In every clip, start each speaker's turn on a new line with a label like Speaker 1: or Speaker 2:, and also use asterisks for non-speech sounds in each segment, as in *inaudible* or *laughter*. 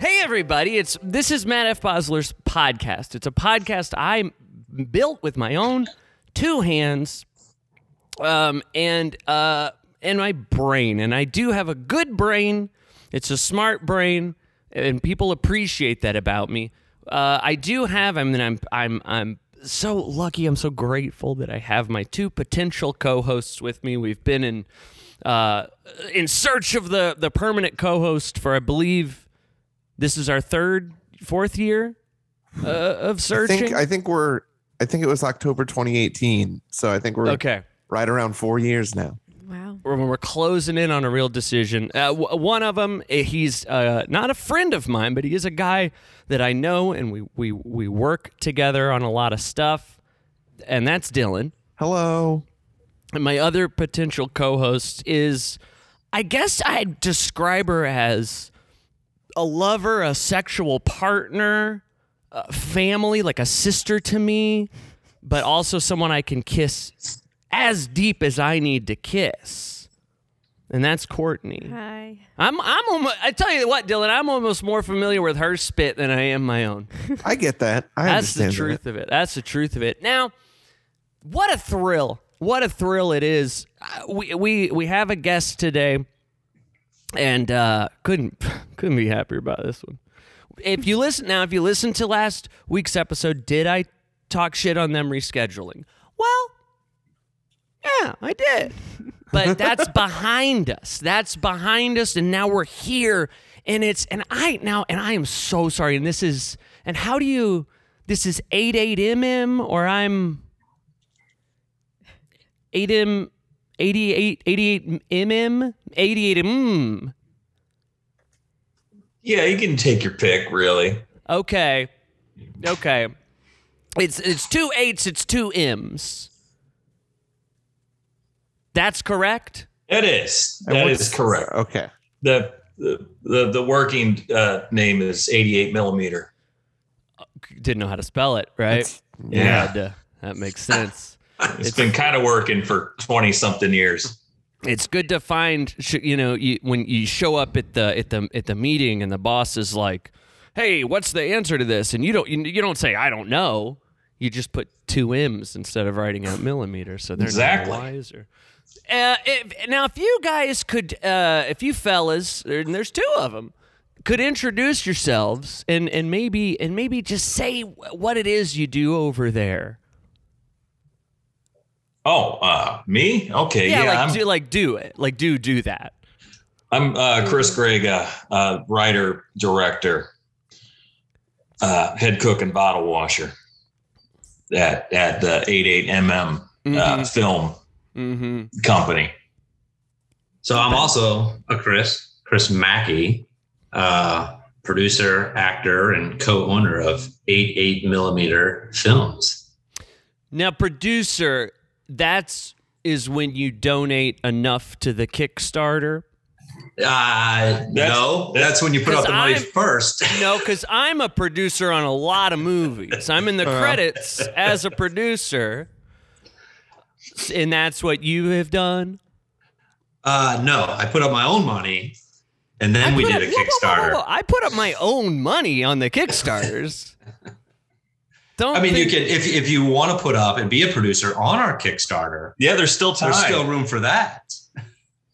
Speaker 1: everybody. It's this is Matt F. Bosler's podcast. It's a podcast I built with my own two hands, um, and uh, and my brain. And I do have a good brain. It's a smart brain, and people appreciate that about me. Uh, I do have. I mean, I'm I'm I'm so lucky. I'm so grateful that I have my two potential co-hosts with me. We've been in uh, in search of the the permanent co-host for I believe this is our third fourth year uh, of
Speaker 2: I
Speaker 1: searching.
Speaker 2: think I think we're I think it was October 2018. So I think we're
Speaker 1: okay.
Speaker 2: right around four years now.
Speaker 3: Wow.
Speaker 1: We're, we're closing in on a real decision. Uh, w- one of them, he's uh, not a friend of mine, but he is a guy that I know, and we we we work together on a lot of stuff, and that's Dylan.
Speaker 2: Hello.
Speaker 1: And my other potential co-host is I guess I'd describe her as a lover, a sexual partner, a family, like a sister to me, but also someone I can kiss as deep as I need to kiss. And that's Courtney.
Speaker 3: Hi.
Speaker 1: I'm I'm almost, I tell you what, Dylan, I'm almost more familiar with her spit than I am my own.
Speaker 2: I get that. I
Speaker 1: That's the
Speaker 2: understand that.
Speaker 1: truth of it. That's the truth of it. Now, what a thrill! What a thrill it is. Uh, We we we have a guest today, and uh, couldn't *laughs* couldn't be happier about this one. If you listen now, if you listen to last week's episode, did I talk shit on them rescheduling? Well, yeah, I did. But that's behind us. That's behind us and now we're here and it's and I now and I am so sorry and this is and how do you this is 88mm or I'm 8m 88 88mm 88mm
Speaker 4: Yeah, you can take your pick, really.
Speaker 1: Okay. Okay. It's it's two eights, it's two M's. That's correct.
Speaker 4: It is.
Speaker 2: And
Speaker 4: That
Speaker 2: what's-
Speaker 4: is correct.
Speaker 2: Okay.
Speaker 4: The the the, the working uh, name is 88 millimeter.
Speaker 1: Didn't know how to spell it, right?
Speaker 4: Yeah.
Speaker 1: Had to- that makes sense.
Speaker 4: it's been kind of working for 20 something years.
Speaker 1: It's good to find, sh- you know, you, when you show up at the at the at the meeting and the boss is like, "Hey, what's the answer to this?" and you don't you, you don't say, "I don't know." You just put two M's instead of writing out millimeters, so they're
Speaker 4: Exactly.
Speaker 1: no wiser. Uh, if, now, if you guys could, uh, if you fellas, there- and there's two of them, could introduce yourselves and and maybe and maybe just say wh- what it is you do over there.
Speaker 4: Oh, uh, me? Okay.
Speaker 1: Yeah,
Speaker 4: Yeah.
Speaker 1: like
Speaker 4: I'm,
Speaker 1: do like do it, like do do that.
Speaker 4: I'm uh, Chris Gregg, uh, uh, writer, director, uh, head cook, and bottle washer at, at the 88mm uh, film
Speaker 1: Mm-hmm.
Speaker 4: company.
Speaker 5: So I'm also a Chris, Chris Mackey, uh, producer, actor, and co-owner of 88 Millimeter Films.
Speaker 1: Now, producer, that's is when you donate enough to the Kickstarter.
Speaker 5: Uh, no, that's when you put out the money
Speaker 1: I'm-
Speaker 5: first.
Speaker 1: No, because I'm a producer on a lot of movies. I'm in the credits as a producer, and that's what you have done.
Speaker 5: Uh, no, I put up my own money, and then we
Speaker 1: put up-
Speaker 5: did
Speaker 1: whoa,
Speaker 5: a
Speaker 1: whoa, whoa,
Speaker 5: Kickstarter.
Speaker 1: whoa. I put up my own money on the Kickstarters. Don't
Speaker 5: *laughs* I mean, you
Speaker 1: think-
Speaker 5: can if if you want to put up and be a producer on our Kickstarter.
Speaker 4: Yeah, there's still time.
Speaker 5: There's still room for that.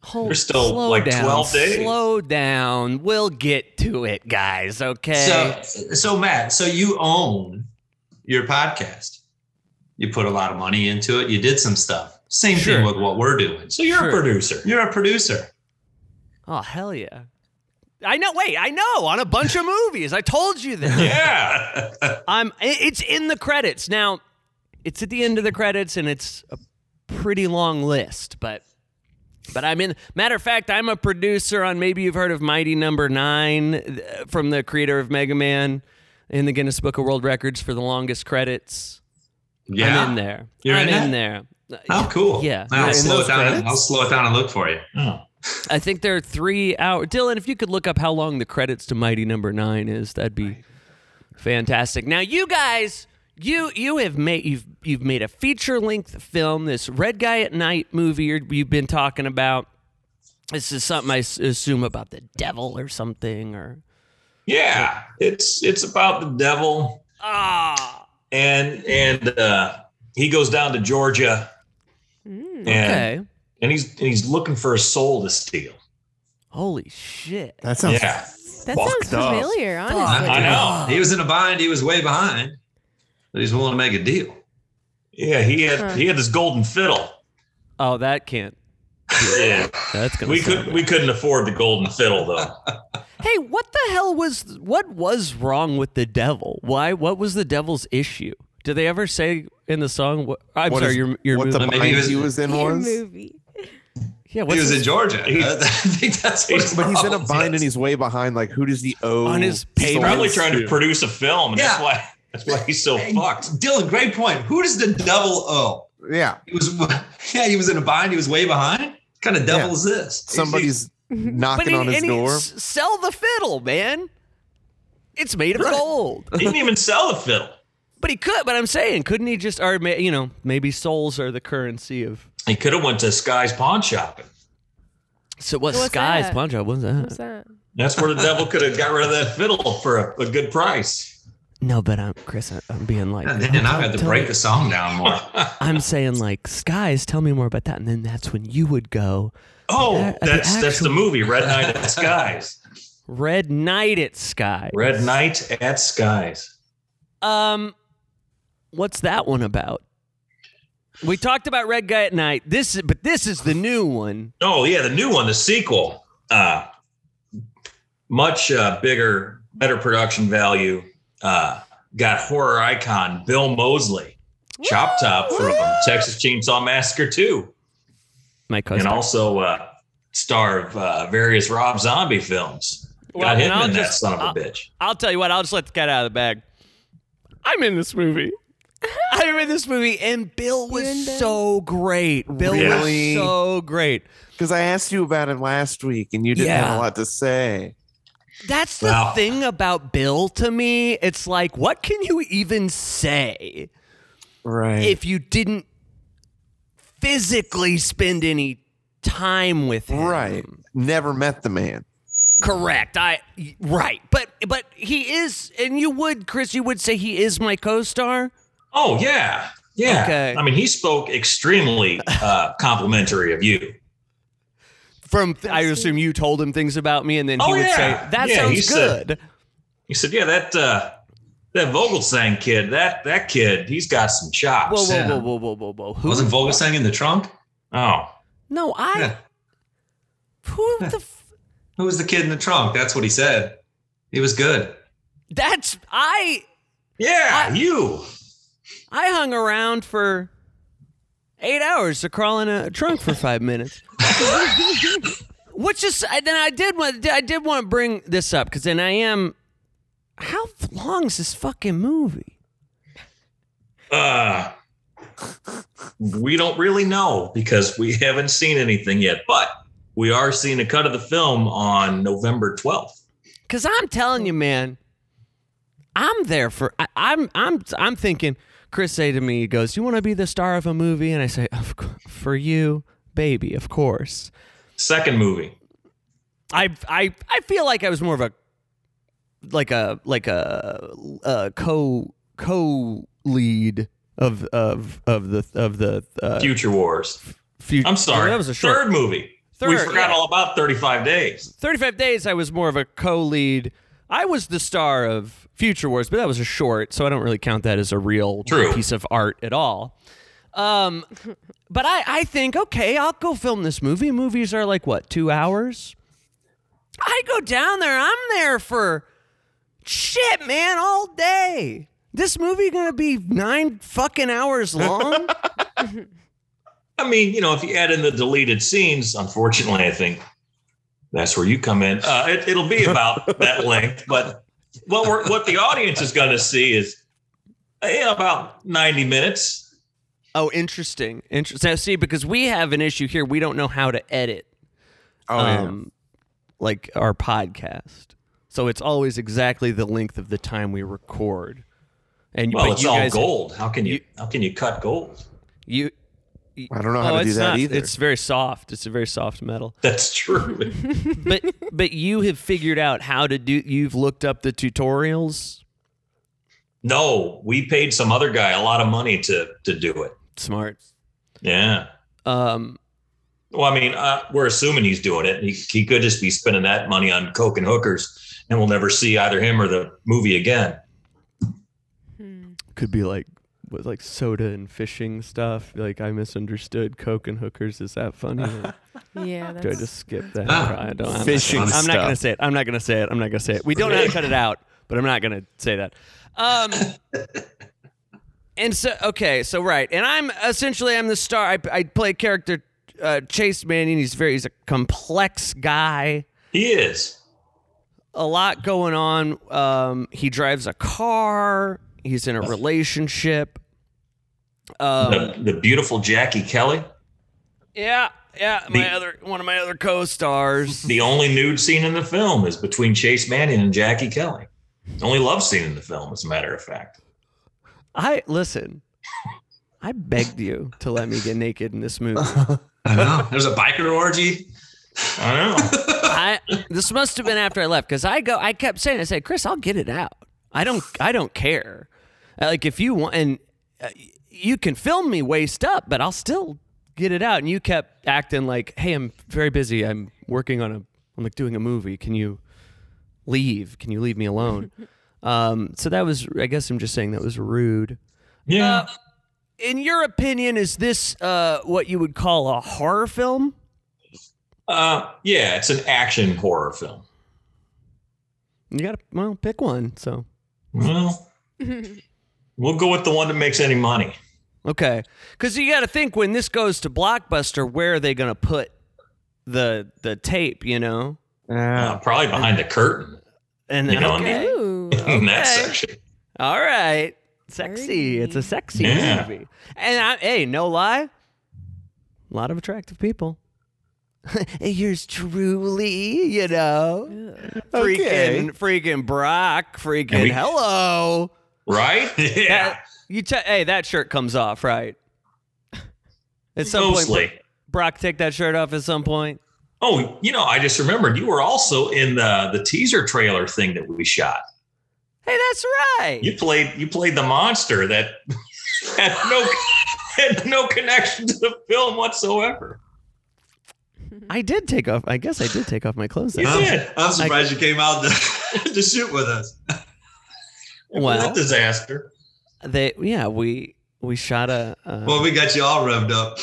Speaker 1: Hold,
Speaker 4: There's still,
Speaker 1: slow
Speaker 4: like,
Speaker 1: down,
Speaker 4: 12 days.
Speaker 1: Slow down. We'll get to it, guys. Okay.
Speaker 5: So, so Matt, so you own your podcast. You put a lot of money into it. You did some stuff. Same
Speaker 1: Sure.
Speaker 5: thing with what we're doing. So you're
Speaker 1: Sure.
Speaker 5: a producer. You're a producer.
Speaker 1: Oh hell yeah! I know. Wait, I know on a bunch of movies. I told you that.
Speaker 4: *laughs*
Speaker 5: *laughs*
Speaker 4: yeah.
Speaker 1: I'm. i- It's in the credits now. It's at the end of the credits, and it's a pretty long list. But, but I'm in. Matter of fact, I'm a producer on. Maybe you've heard of Mighty Number Nine uh, from the creator of Mega Man in the Guinness Book of World Records for the longest credits.
Speaker 5: Yeah.
Speaker 1: I'm in there.
Speaker 5: You're
Speaker 1: I'm
Speaker 5: in
Speaker 1: in
Speaker 5: that?
Speaker 1: there.
Speaker 5: Oh, cool.
Speaker 1: Yeah.
Speaker 5: I'll
Speaker 2: You're in
Speaker 5: slow
Speaker 2: those
Speaker 5: it down.
Speaker 2: credits?
Speaker 5: I'll slow it down and look for you.
Speaker 4: Oh.
Speaker 1: I think there are three hours. Dylan, if you could look up how long the credits to Mighty Number Nine is, that'd be fantastic. Now, you guys, you you have made you've you've made a feature length film, this Red Guy at Night movie you're- you've been talking about. This is something I s- assume about the devil or something, or
Speaker 4: Yeah, it's it's about the devil
Speaker 1: Ah.
Speaker 4: and and uh, he goes down to Georgia
Speaker 3: Mm.
Speaker 4: and
Speaker 1: Okay.
Speaker 4: and he's and he's looking for a soul to steal.
Speaker 1: Holy shit.
Speaker 2: That sounds
Speaker 4: Yeah.
Speaker 3: That
Speaker 2: fucked
Speaker 3: sounds
Speaker 2: up.
Speaker 3: familiar, honestly.
Speaker 5: I, I
Speaker 4: God.
Speaker 5: know. He was in a bind. He was way behind, but he's willing to make a deal.
Speaker 4: Yeah, he had
Speaker 3: Huh.
Speaker 4: he had this golden fiddle.
Speaker 1: Oh, that can't.
Speaker 4: Yeah,
Speaker 1: That's gonna.
Speaker 4: we
Speaker 1: sound
Speaker 4: could
Speaker 1: bad.
Speaker 4: we couldn't afford the golden fiddle though.
Speaker 1: Hey, what the hell was what was wrong with the devil? Why? What was the devil's issue? Do they ever say in the song? What, I'm
Speaker 2: What
Speaker 1: sorry,
Speaker 2: is-
Speaker 1: your your
Speaker 2: what the
Speaker 1: movie-
Speaker 5: Maybe he
Speaker 2: bind he was,
Speaker 5: was-
Speaker 2: in
Speaker 3: Your
Speaker 2: was.
Speaker 3: movie.
Speaker 1: yeah.
Speaker 5: *laughs* he
Speaker 1: What's
Speaker 5: was
Speaker 1: his,
Speaker 5: in Georgia.
Speaker 4: He-
Speaker 5: I think that's what his
Speaker 2: But he's in a
Speaker 5: problem
Speaker 2: bind
Speaker 5: is.
Speaker 2: and he's way behind. Like, who does he owe?
Speaker 1: On his
Speaker 2: people
Speaker 1: paper.
Speaker 4: Probably
Speaker 2: his
Speaker 4: trying to
Speaker 2: shoe?
Speaker 4: produce a film. And That's
Speaker 5: Yeah.
Speaker 4: why that's why he's so
Speaker 5: Hey,
Speaker 4: fucked.
Speaker 5: Dylan, great point. Who does the double owe?
Speaker 2: Yeah,
Speaker 5: He was *laughs* yeah, he was in a bind. He was way behind. What kind of devil
Speaker 2: Yeah.
Speaker 5: is this?
Speaker 2: somebody's
Speaker 1: *laughs* but
Speaker 2: knocking
Speaker 1: he-
Speaker 2: on his
Speaker 1: and he
Speaker 2: door.
Speaker 1: s- sell the fiddle, man. It's made of gold.
Speaker 4: He didn't even sell the fiddle.
Speaker 1: But he could. But I'm saying, couldn't he just? Or ma- you know, maybe souls are the currency of.
Speaker 4: He could have went to Sky's pawn shopping.
Speaker 1: So what?
Speaker 3: What's
Speaker 1: Sky's
Speaker 3: that?
Speaker 1: pawn shop. What's that?
Speaker 3: What's that?
Speaker 4: That's where the devil could have got rid of that fiddle for a, a good price.
Speaker 1: No, but I'm Chris. I- I'm being like,
Speaker 5: And then I've had to
Speaker 1: Tell
Speaker 5: break
Speaker 1: me-
Speaker 5: the song down more.
Speaker 1: I'm saying like, Skies, tell me more about that, and then that's when you would go
Speaker 4: *laughs* Oh,
Speaker 1: Yeah, the
Speaker 4: that's that's the
Speaker 1: actual- *laughs*
Speaker 4: movie Red Knight at Skies.
Speaker 1: Red Knight at Sky.
Speaker 4: Red Knight at Skies.
Speaker 1: Um, what's that one about? We talked about Red Guy at Night. This, is- but this is the new one.
Speaker 4: Oh yeah, the new one, the sequel. Uh, much uh, bigger, better production value. Uh, got horror icon Bill Mosley, Chop Top from Texas Chainsaw Massacre Two,
Speaker 1: My
Speaker 4: and
Speaker 1: cousin.
Speaker 4: also uh, star of uh, various Rob Zombie films.
Speaker 1: Well,
Speaker 4: got
Speaker 1: and
Speaker 4: him
Speaker 1: I'll
Speaker 4: in that
Speaker 1: just-
Speaker 4: son of a
Speaker 1: I'll-
Speaker 4: bitch.
Speaker 1: I'll tell you what. I'll just let the cat out of the bag. I'm in this movie. I'm in this movie, and Bill was
Speaker 3: You're in there?
Speaker 1: so great. Bill
Speaker 2: Really?
Speaker 1: was so great.
Speaker 2: Because I asked you about him last week and you didn't
Speaker 1: Yeah.
Speaker 2: have a lot to say.
Speaker 1: That's the
Speaker 4: Wow.
Speaker 1: thing about Bill to me. It's like, what can you even say
Speaker 2: Right.
Speaker 1: if you didn't physically spend any time with him?
Speaker 2: right. Never met the man.
Speaker 1: Correct. I right. But but he is and you would Chris, you would say he is my co-star?
Speaker 4: Oh yeah, yeah.
Speaker 1: Okay.
Speaker 4: I mean, he spoke extremely
Speaker 1: *laughs*
Speaker 4: uh, complimentary of you.
Speaker 1: From I assume you told him things about me and then he
Speaker 4: Oh,
Speaker 1: would
Speaker 4: yeah.
Speaker 1: say that
Speaker 4: Yeah, he
Speaker 1: sounds
Speaker 4: said-
Speaker 1: good.
Speaker 4: He said, "Yeah, that uh, that Vogelsang kid, that that kid, he's got some chops."
Speaker 1: whoa, whoa,
Speaker 5: Sam.
Speaker 1: whoa, whoa, whoa, whoa, whoa. Who?
Speaker 5: Wasn't Vogelsang in the trunk?
Speaker 4: Oh,
Speaker 1: no, I
Speaker 5: Yeah.
Speaker 1: who the f-
Speaker 5: Who was the kid in the trunk? That's what he said. He was good.
Speaker 1: That's I
Speaker 4: yeah,
Speaker 1: I-
Speaker 4: you.
Speaker 1: I hung around for eight hours to crawl in a trunk for five minutes. *laughs* Which is I- then I did want I did want to bring this up because then I am. How long is this fucking movie?
Speaker 4: Uh, we don't really know because we *laughs* haven't seen anything yet, but we are seeing a cut of the film on November twelfth.
Speaker 1: Because I'm telling you, man, I'm there for. I, I'm I'm I'm thinking. Chris say to me, he goes, "You want to be the star of a movie?" And I say, of, cou- "For you, baby, of course."
Speaker 4: Second movie.
Speaker 1: I I I feel like I was more of a like a like a, uh co co lead of of of the of the uh,
Speaker 4: Future Wars.
Speaker 1: future.
Speaker 4: I'm sorry.
Speaker 1: That was a short.
Speaker 4: Third movie. we
Speaker 1: Third,
Speaker 4: forgot
Speaker 1: yeah.
Speaker 4: all about 35 Days.
Speaker 1: Thirty five days. I was more of a co lead. I was the star of Future Wars, but that was a short, so I don't really count that as a real
Speaker 4: True.
Speaker 1: piece of art at all. Um, but I I think okay, I'll go film this movie. Movies are like what two hours. I go down there. I'm there for shit, man, all day. This movie gonna be nine fucking hours long.
Speaker 4: I mean, you know, if you add in the deleted scenes, unfortunately, I think that's where you come in. Uh, it, it'll
Speaker 1: *laughs*
Speaker 4: be about that length, but what we're, what the audience is going to see is uh, yeah, about 90 minutes.
Speaker 1: oh, interesting. Interesting. Now, see, because we have an issue here, we don't know how to edit.
Speaker 2: Oh,
Speaker 1: um, like our podcast. So it's always exactly the length of the time we record. And
Speaker 4: Well,
Speaker 1: but
Speaker 4: it's
Speaker 1: you
Speaker 4: all
Speaker 1: guys,
Speaker 4: gold. *laughs* How can you,
Speaker 1: you-
Speaker 4: how can you cut gold?
Speaker 1: you
Speaker 2: I don't know how to do
Speaker 1: oh, it's
Speaker 2: that
Speaker 1: not-
Speaker 2: either.
Speaker 1: It's very soft. It's a very soft metal. *laughs*
Speaker 4: That's true.
Speaker 1: But but you have figured out how to do. You've looked up the tutorials.
Speaker 4: no, we paid some other guy a lot of money to to do it.
Speaker 1: Smart.
Speaker 4: Yeah.
Speaker 1: Um,
Speaker 4: Well, I mean, uh, we're assuming he's doing it. He, he could just be spending that money on coke and hookers, and we'll never see either him or the movie again.
Speaker 3: Hmm.
Speaker 1: could be like with like soda and fishing stuff. Like I misunderstood Coke and hookers. Is that funny? Or
Speaker 3: Yeah,
Speaker 1: do I
Speaker 3: that's
Speaker 1: just skip that?
Speaker 5: Ah,
Speaker 1: I don't. I'm not-
Speaker 2: Fishing
Speaker 1: I'm
Speaker 2: stuff.
Speaker 1: not gonna say it. I'm not gonna say it. I'm not gonna say it. We don't know how to cut it out, but I'm not gonna say that. Um, and so okay, so right, and I'm essentially I'm the star. I, I play a character uh, Chase Mannion. He's very he's a complex guy.
Speaker 4: He is.
Speaker 1: A lot going on. Um, he drives a car. He's in a relationship. Um,
Speaker 4: the, the beautiful Jackie Kelly,
Speaker 1: yeah, yeah. My
Speaker 4: The-
Speaker 1: other one of my other co-stars.
Speaker 4: the only nude scene in the film is between Chase Mannion and Jackie Kelly. The only love scene in the film, as a matter of fact.
Speaker 1: I listen. I begged you to let me get naked in this movie.
Speaker 5: I know. There's a biker orgy.
Speaker 4: I don't know.
Speaker 1: *laughs* I this must have been after I left because I go. I kept saying, I said, Chris, I'll get it out. I don't. I don't care. Uh, Like if you want, and uh, you can film me waist up, but I'll still get it out. And you kept acting like, hey, I'm very busy. I'm working on a. I'm like doing a movie. Can you leave? Can you leave me alone? um, so that was. I guess I'm just saying that was rude.
Speaker 4: yeah.
Speaker 1: Uh, in your opinion, is this uh, what you would call a horror film?
Speaker 4: Uh, yeah, it's an action horror film.
Speaker 1: You gotta well pick one. So
Speaker 4: Well, we'll go with the one that makes any money.
Speaker 1: okay, because you gotta think when this goes to blockbuster, where are they gonna put the the tape? You know,
Speaker 4: Uh, probably behind the curtain
Speaker 1: and
Speaker 4: You
Speaker 1: then
Speaker 4: know,
Speaker 1: okay,
Speaker 3: Ooh.
Speaker 4: in that
Speaker 1: Okay.
Speaker 4: section.
Speaker 1: all right, sexy. It's a sexy
Speaker 4: Yeah.
Speaker 1: movie. And I, hey, no lie, a lot of attractive people. *laughs* Yours truly, you know,
Speaker 3: Ugh.
Speaker 2: Okay.
Speaker 1: freaking freaking Brock, freaking
Speaker 4: we-
Speaker 1: hello.
Speaker 4: Right?
Speaker 1: That- you t- hey, that shirt comes off, right? At some
Speaker 4: Mostly.
Speaker 1: point, Brock, take that shirt off at some point.
Speaker 4: Oh, you know, I just remembered you were also in the the teaser trailer thing that we shot.
Speaker 1: Hey, that's right.
Speaker 4: You played you played the monster that *laughs* had no had no connection to the film whatsoever.
Speaker 1: I did take off. I guess I did take off my clothes.
Speaker 4: You
Speaker 1: then.
Speaker 5: Um,
Speaker 4: did.
Speaker 5: I'm surprised you came out to, *laughs* to shoot with us.
Speaker 1: Well,
Speaker 4: that disaster.
Speaker 1: they yeah we we shot a. Uh,
Speaker 5: Well, we got you all revved up.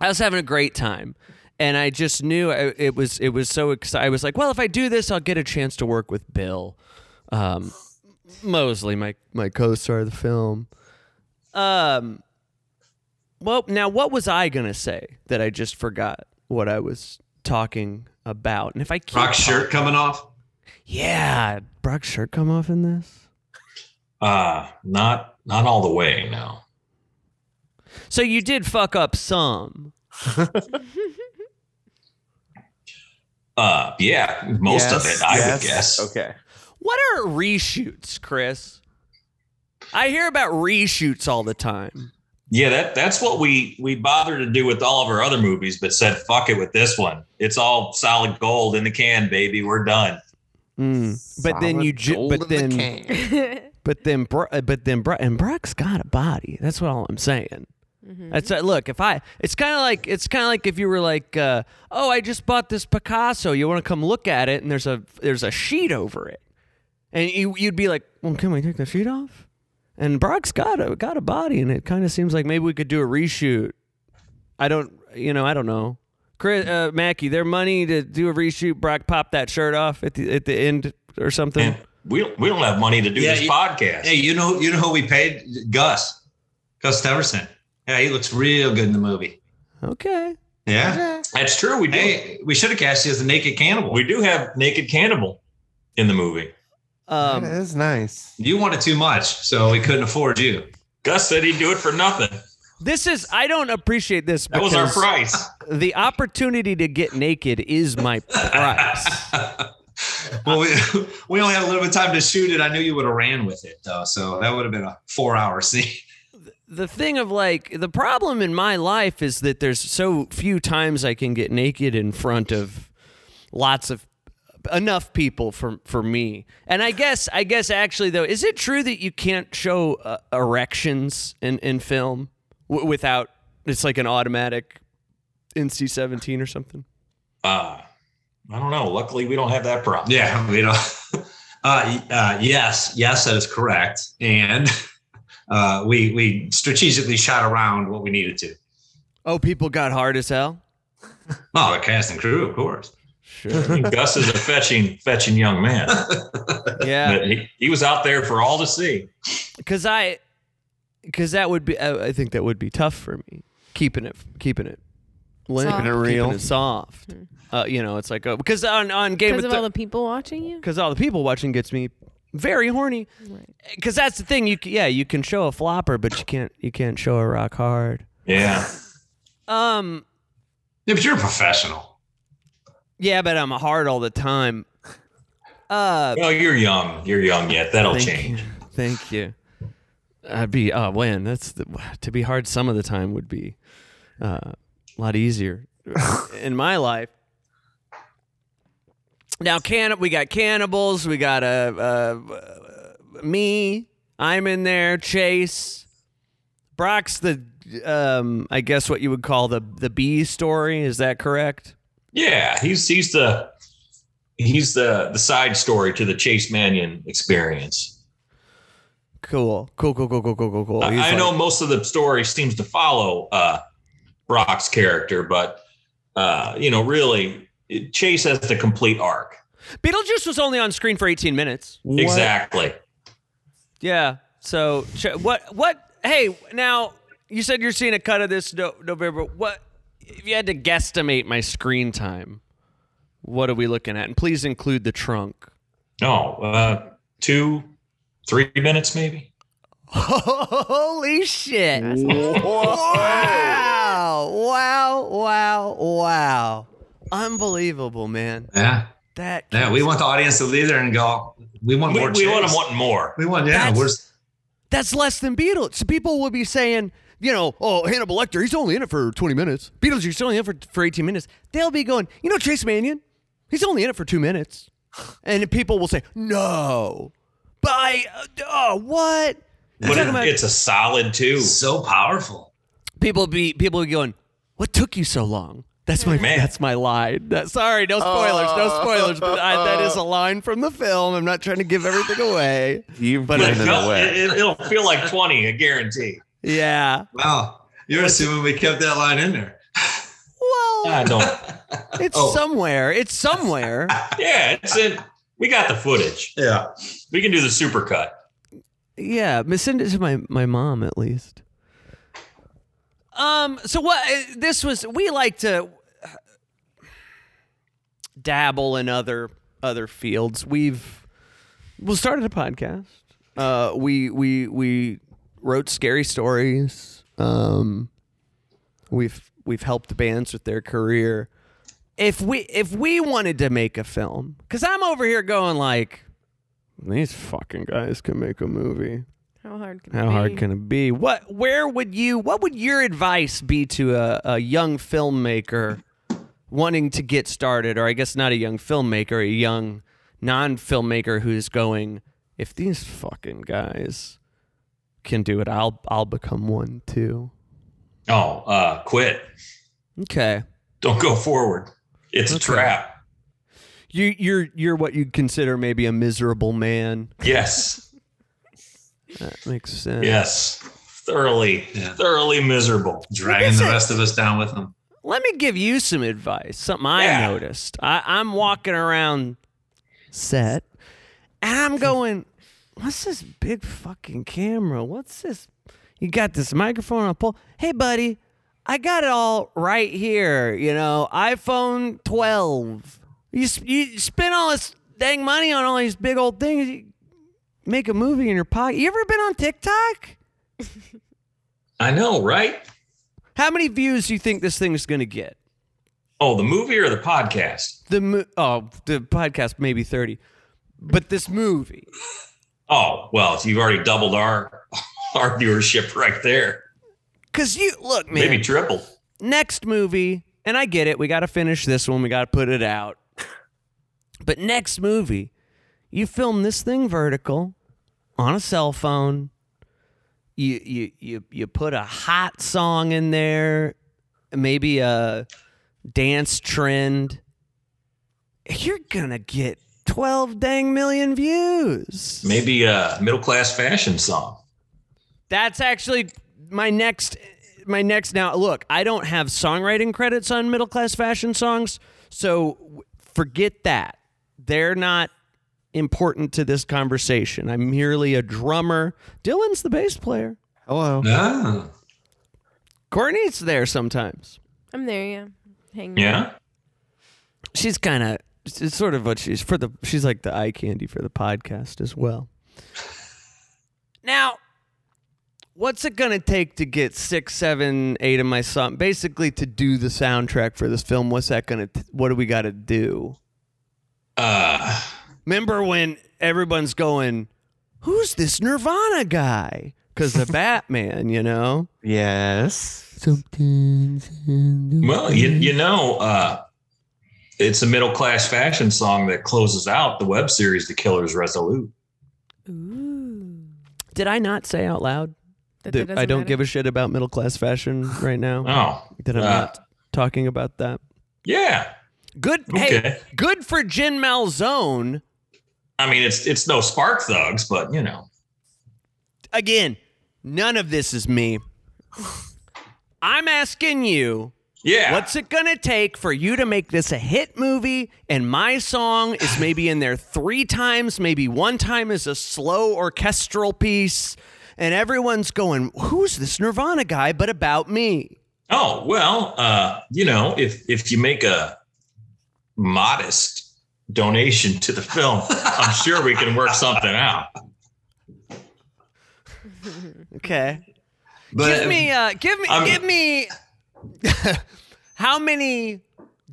Speaker 1: I was having a great time, and I just knew I, it was it was so exciting. I was like, well, if I do this, I'll get a chance to work with Bill, um, Mosley, my my co-star of the film. Um, well, now what was I gonna say that I just forgot what I was talking about? And if I can't,
Speaker 5: Rock shirt coming off.
Speaker 1: yeah, Brock shirt come off in this.
Speaker 4: Uh not not all the way, no.
Speaker 1: So you did fuck up some.
Speaker 4: Uh yeah, most of
Speaker 2: Yes,
Speaker 4: it, I
Speaker 2: yes.
Speaker 4: would guess.
Speaker 2: Okay.
Speaker 1: What are reshoots, Chris? I hear about reshoots all the time.
Speaker 4: Yeah, that that's what we we bother to do with all of our other movies, but said fuck it with this one. It's all solid gold in the can, baby. We're done.
Speaker 1: Mm. But then
Speaker 2: Solid
Speaker 1: you ju-
Speaker 2: gold
Speaker 1: but
Speaker 2: in the
Speaker 1: then
Speaker 2: can.
Speaker 1: *laughs* but then Bro- uh, but then Bro- and Brock's got a body. That's what all I'm saying. That's uh, look, if I it's kind of like it's kind of like if you were like uh, oh, I just bought this Picasso. You want to come look at it and there's a there's a sheet over it. And you you'd be like, "Well, can we take the sheet off?" And Brock's got a got a body and it kind of seems like maybe we could do a reshoot. I don't you know, I don't know. Chris uh, Mackie, their money to do a reshoot. Brock pop that shirt off at the at the end or something.
Speaker 4: And we don't- we don't have money to do
Speaker 5: Yeah,
Speaker 4: this
Speaker 5: you-
Speaker 4: podcast.
Speaker 5: Hey, you know, you know who we paid? Gus, Gus Teverson. Yeah, he looks real good in the movie.
Speaker 1: Okay.
Speaker 5: Yeah.
Speaker 2: Yeah.
Speaker 1: um,
Speaker 4: That's true. We do
Speaker 5: Hey, we should have cast you as the naked cannibal.
Speaker 4: we do have naked cannibal in the movie.
Speaker 2: that
Speaker 1: Um,
Speaker 2: is nice.
Speaker 5: you wanted too much, so we couldn't afford you.
Speaker 4: Gus said he'd do it for nothing.
Speaker 1: this is I don't appreciate this
Speaker 4: That
Speaker 1: because
Speaker 4: was our price.
Speaker 1: the opportunity to get naked is my
Speaker 4: *laughs*
Speaker 1: price.
Speaker 5: well, we, *laughs* we only had a little bit of time to shoot it. I knew you would have ran with it though, so that would have been a four-hour *laughs* scene.
Speaker 1: the thing of like the problem in my life is that there's so few times I can get naked in front of lots of enough people for for me. And I guess I guess actually though, is it true that you can't show uh, erections in in film w- without it's like an automatic NC-17 or something?
Speaker 4: Uh, I don't know. Luckily, we don't have that problem.
Speaker 5: Yeah, we don't. *laughs* Uh, uh, yes, yes, that is correct. And *laughs* uh, we we strategically shot around what we needed to.
Speaker 1: Oh, people got hard as hell.
Speaker 5: Oh, the cast and crew, of course.
Speaker 4: *laughs*
Speaker 1: Sure.
Speaker 4: Gus is a fetching, fetching young
Speaker 5: *laughs*
Speaker 4: man.
Speaker 1: Yeah.
Speaker 4: But he, he was out there for all to see.
Speaker 1: Cuz I cuz that would be uh, I I think that would be tough for me. Keeping it keeping it limp.
Speaker 3: Soft.
Speaker 2: Keeping it real.
Speaker 1: Keeping it soft.
Speaker 3: Mhm.
Speaker 1: Uh, you know, it's like oh, because on on Game
Speaker 3: Because of all
Speaker 1: of
Speaker 3: the people watching you?
Speaker 1: because all, the people watching gets me very horny.
Speaker 3: Right.
Speaker 1: Because that's the thing. You c- yeah, you can show a flopper, but you can't you can't show a rock hard.
Speaker 4: Yeah.
Speaker 1: Um.
Speaker 5: Yeah, but you're a professional.
Speaker 1: Yeah, but I'm hard all the time. Uh.
Speaker 4: Well, you're young. You're young yet. That'll
Speaker 1: Thank
Speaker 4: change.
Speaker 1: you. Thank you. I'd be oh man, that's the, to be hard some of the time would be uh, a lot
Speaker 4: *laughs*
Speaker 1: easier in my life. Now, can we got cannibals? We got a uh, uh, me. I'm in there. Chase. Brock's the um, I guess what you would call the the B story. Is that correct?
Speaker 4: Yeah, he's he's the he's the the side story to the Chase Mannion experience.
Speaker 1: Cool. Cool. Cool. Cool. Cool. Cool. Cool. Cool.
Speaker 4: I,
Speaker 1: He's
Speaker 4: I
Speaker 1: like-
Speaker 4: know most of the story seems to follow uh, Brock's character, but uh, you know, really, it- Chase has the complete arc.
Speaker 1: Beetlejuice was only on screen for 18 minutes.
Speaker 2: What?
Speaker 4: Exactly.
Speaker 1: Yeah. So ch- what? What? Hey, now you said you're seeing a cut of this no- November. What? If you had to guesstimate my screen time, what are we looking at? And please include the trunk.
Speaker 4: No, uh, two, three minutes maybe.
Speaker 1: Holy shit!
Speaker 2: Whoa.
Speaker 1: Wow! Wow! Wow! Wow! Unbelievable, man.
Speaker 5: Yeah,
Speaker 1: That.
Speaker 5: yeah. We want the audience to leave there and go. We want
Speaker 4: We,
Speaker 5: more.
Speaker 4: we want
Speaker 5: Chase.
Speaker 4: him wanting more.
Speaker 5: We want. Yeah,
Speaker 1: That's-
Speaker 5: we're
Speaker 1: That's less than Beatles. People will be saying, you know, oh, Hannibal Lecter, he's only in it for 20 minutes. Beetlejuice, only in it for, for 18 minutes. They'll be going, you know, Chase Mannion, he's only in it for two minutes. And people will say, no. By, oh, what? We're
Speaker 4: But
Speaker 1: talking about-
Speaker 4: it's a solid two.
Speaker 5: so powerful.
Speaker 1: People be people be going, what took you so long? That's my
Speaker 4: Man.
Speaker 1: that's my line. That, sorry, no spoilers, no spoilers. But I, that is a line from the film. I'm not trying to give everything away.
Speaker 2: You've
Speaker 1: But
Speaker 2: given
Speaker 1: I
Speaker 2: it away.
Speaker 4: It, will feel like twenty, I guarantee.
Speaker 1: Yeah.
Speaker 5: Wow, you're assuming we kept that line in there.
Speaker 1: Well,
Speaker 4: I don't.
Speaker 1: it's
Speaker 5: oh.
Speaker 1: somewhere. It's somewhere.
Speaker 4: Yeah, it's in. We got the footage.
Speaker 5: Yeah.
Speaker 4: We can do the supercut.
Speaker 1: Yeah, but send it to my my mom at least. Um. So what? uh, This was we like to uh, dabble in other other fields. We've we started a podcast. Uh, we we we wrote scary stories. Um, we've we've helped bands with their career. If we if we wanted to make a film, because I'm over here going like, these fucking guys can make a movie.
Speaker 3: How hard can it
Speaker 1: How
Speaker 3: be?
Speaker 1: hard can it be? What? Where would you? What would your advice be to a, a young filmmaker wanting to get started, or I guess not a young filmmaker, a young non-filmmaker who's going, if these fucking guys can do it, I'll I'll become one too.
Speaker 4: Oh, uh, quit.
Speaker 1: Okay.
Speaker 4: Don't go forward. It's a
Speaker 1: Okay.
Speaker 4: trap.
Speaker 1: You you're you're what you'd consider maybe a miserable man.
Speaker 4: Yes.
Speaker 1: That makes sense.
Speaker 4: Yes. Thoroughly,
Speaker 5: Yeah.
Speaker 4: thoroughly miserable.
Speaker 5: Dragging the rest of us down with them.
Speaker 1: Let me give you some advice. Something I
Speaker 4: Yeah.
Speaker 1: noticed. I, I'm walking around set, and I'm going, "What's this big fucking camera? What's this? You got this microphone on a pole? Hey, buddy, I got it all right here. You know, iPhone 12. You s- you spend all this dang money on all these big old things. You make a movie in your pocket. You ever been on TikTok?
Speaker 4: I know, right?
Speaker 1: How many views do you think this thing's gonna get?
Speaker 4: Oh, the movie or the podcast?
Speaker 1: The mo- oh, the podcast maybe thirty, but this movie.
Speaker 4: Oh, well, you've already doubled our *laughs* our viewership right there.
Speaker 1: Because you look, man.
Speaker 4: Maybe triple.
Speaker 1: next movie, and I get it, we got to finish this one, we got to put it out. But next movie, you film this thing vertical on a cell phone. You you you you put a hot song in there, maybe a dance trend. You're gonna get 12 dang million views.
Speaker 4: Maybe a middle class fashion song.
Speaker 1: That's actually my next my next now look, I don't have songwriting credits on middle class fashion songs, so w- forget that. They're not important to this conversation. I'm merely a drummer. Dylan's the bass player.
Speaker 2: Hello.
Speaker 4: Ah,
Speaker 1: Courtney's there sometimes.
Speaker 3: I'm there, yeah. Hanging out.
Speaker 4: yeah.
Speaker 1: She's kind of it's sort of what she's for the she's like the eye candy for the podcast as well. Now, what's it gonna take to get six, seven, eight of my song? Basically, to do the soundtrack for this film, what's that gonna? T- what do we gotta do?
Speaker 4: Uh,
Speaker 1: Remember when everyone's going, "Who's this Nirvana guy?" Because *laughs* the Batman, you know.
Speaker 2: Yes.
Speaker 4: well,
Speaker 1: Mm-hmm.
Speaker 4: you, you know, uh, it's a middle class fashion song that closes out the web series The Killer's Resolute.
Speaker 3: Ooh.
Speaker 1: Did I not say out loud
Speaker 3: That,
Speaker 1: that I don't give a shit about middle class fashion right now?
Speaker 4: Oh,
Speaker 1: that I'm
Speaker 4: uh,
Speaker 1: not talking about that.
Speaker 4: yeah.
Speaker 1: Good. Hey,
Speaker 4: Okay.
Speaker 1: good for Jin Malzone.
Speaker 4: I mean, it's it's no Spark Thugs, but you know,
Speaker 1: Again, none of this is me. I'm asking you,
Speaker 4: yeah.
Speaker 1: what's it gonna take for you to make this a hit movie? And my song is maybe in there three times, maybe one time is a slow orchestral piece, and everyone's going, "Who's this Nirvana guy?" But about me.
Speaker 4: Oh well, uh, you know, if if you make a modest donation to the film, I'm sure we can work something out.
Speaker 1: Okay.
Speaker 4: But
Speaker 1: give me uh give me
Speaker 4: I'm-
Speaker 1: give me *laughs* how many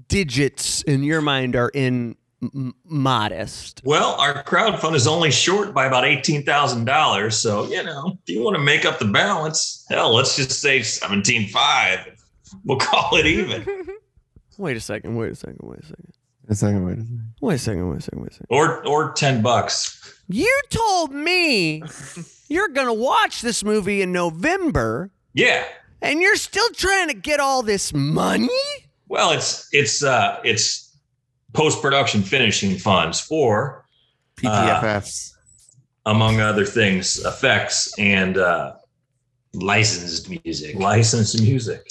Speaker 1: digits in your mind are in m- m- modest
Speaker 4: well, our crowdfund is only short by about eighteen thousand dollars, so you know, if you want to make up the balance, hell, let's just say seventeen five. We'll call
Speaker 3: *laughs*
Speaker 4: it even,
Speaker 1: wait a second wait a second wait a second
Speaker 2: A second, wait a second.
Speaker 1: wait a second wait a second wait a second
Speaker 4: or or ten bucks.
Speaker 1: you told me
Speaker 5: *laughs*
Speaker 1: you're gonna watch this movie in november
Speaker 4: Yeah.
Speaker 1: and you're still trying to get all this money
Speaker 4: Well, it's it's uh it's post production finishing funds for Uh,
Speaker 2: PTFFs.
Speaker 4: among other things, effects and uh,
Speaker 5: Licensed music.
Speaker 4: licensed music.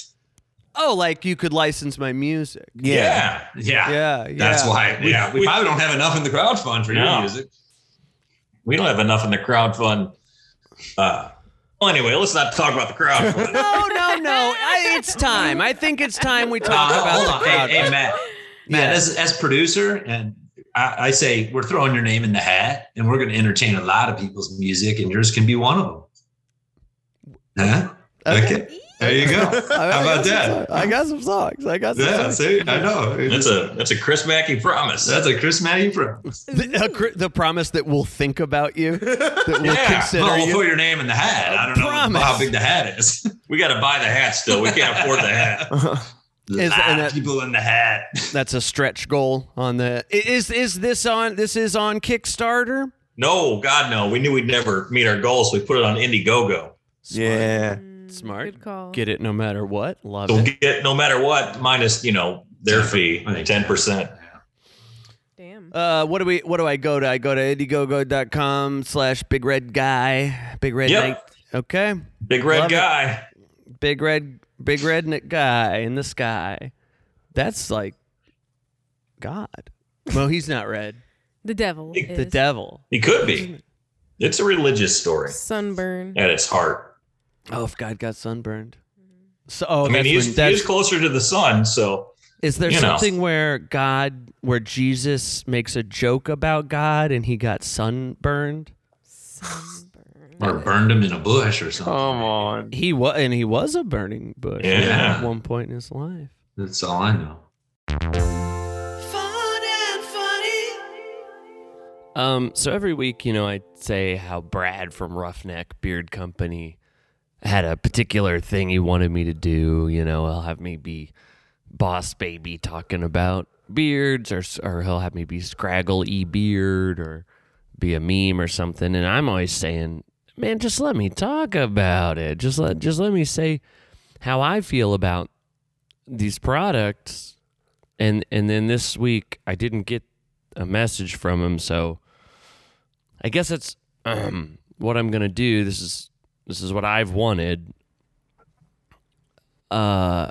Speaker 1: oh like you could license my music
Speaker 4: Yeah.
Speaker 1: yeah,
Speaker 5: Yeah.
Speaker 1: yeah.
Speaker 5: That's why.
Speaker 4: We-
Speaker 5: yeah. We,
Speaker 4: we-
Speaker 5: probably don't have enough in the crowdfund *laughs* for
Speaker 4: No.
Speaker 5: your music.
Speaker 4: We don't have enough in the crowdfund. Uh, well, anyway, let's not talk about the
Speaker 1: *laughs*
Speaker 4: crowdfund.
Speaker 1: no no no I, it's time i think it's time we talk
Speaker 5: Uh, hold
Speaker 1: about
Speaker 5: on.
Speaker 1: the crowd
Speaker 5: Hey, hey, Matt. Matt,
Speaker 1: Yeah.
Speaker 5: as, as producer, and I, I say we're throwing your name in the hat, and we're going to entertain a lot of people's music, and yours can be one of them. Huh? Okay. There you go.
Speaker 1: *laughs*
Speaker 5: How about that?
Speaker 1: I got some songs. I got
Speaker 5: Yeah. See, I know.
Speaker 4: that's
Speaker 5: That's a
Speaker 4: a that's a Chris Mackey promise.
Speaker 5: that's a Chris Matty pro.
Speaker 1: The, a cr- the promise that we'll think about you, that we'll
Speaker 4: Yeah.
Speaker 1: consider
Speaker 5: Well, we'll
Speaker 1: you.
Speaker 5: throw your name in the hat. I don't know
Speaker 1: Promise.
Speaker 5: how big the hat is. *laughs*
Speaker 4: we got to buy the hat still. We can't afford the hat.
Speaker 1: Is-
Speaker 5: Ah,
Speaker 1: and that-
Speaker 5: people in the hat.
Speaker 1: That's a stretch goal on the. i- Is is this on? This is on Kickstarter.
Speaker 4: No, God, no. We knew we'd never meet our goals. So we put it on Indiegogo.
Speaker 2: Yeah.
Speaker 1: Smart.
Speaker 3: Good call.
Speaker 1: Get it no matter what. Love
Speaker 4: So
Speaker 1: it.
Speaker 4: get no matter what, minus you know their fee, ten percent.
Speaker 3: Damn.
Speaker 1: Uh, what do we? What do I go to? I go to indiegogo.com slash big red guy. Big red.
Speaker 4: Yep.
Speaker 1: Knight. Okay.
Speaker 4: Big red
Speaker 1: Love it.
Speaker 4: guy.
Speaker 1: Big red. Big red Knight guy in the sky. That's like God. Well, he's not red.
Speaker 3: The devil. Is
Speaker 1: The devil.
Speaker 4: He could be. It's a religious story
Speaker 3: Sunburn.
Speaker 4: at its heart.
Speaker 1: Oh, if God got sunburned. So, oh,
Speaker 4: I mean,
Speaker 1: that's
Speaker 4: he's,
Speaker 1: when, that's,
Speaker 4: he's closer to the sun, so
Speaker 1: is there
Speaker 4: you know.
Speaker 1: something where God, where Jesus makes a joke about God and he got sunburned?
Speaker 3: Sunburn.
Speaker 5: Or burned him in a bush or something.
Speaker 2: on.
Speaker 1: He was, and he was a burning bush
Speaker 4: Uh, Yeah.
Speaker 1: at one point in his life.
Speaker 5: That's all I know.
Speaker 1: Um, so every week, you know, I say how Brad from Roughneck Beard Company had a particular thing he wanted me to do. You know, he'll have me be boss baby talking about beards, or or he'll have me be scraggle e beard, or be a meme or something. And I'm always saying, man, just let me talk about it. Just let just let me say how I feel about these products. And and then this week I didn't get a message from him, so I guess that's um, what I'm gonna do. This is this is what I've wanted. Uh,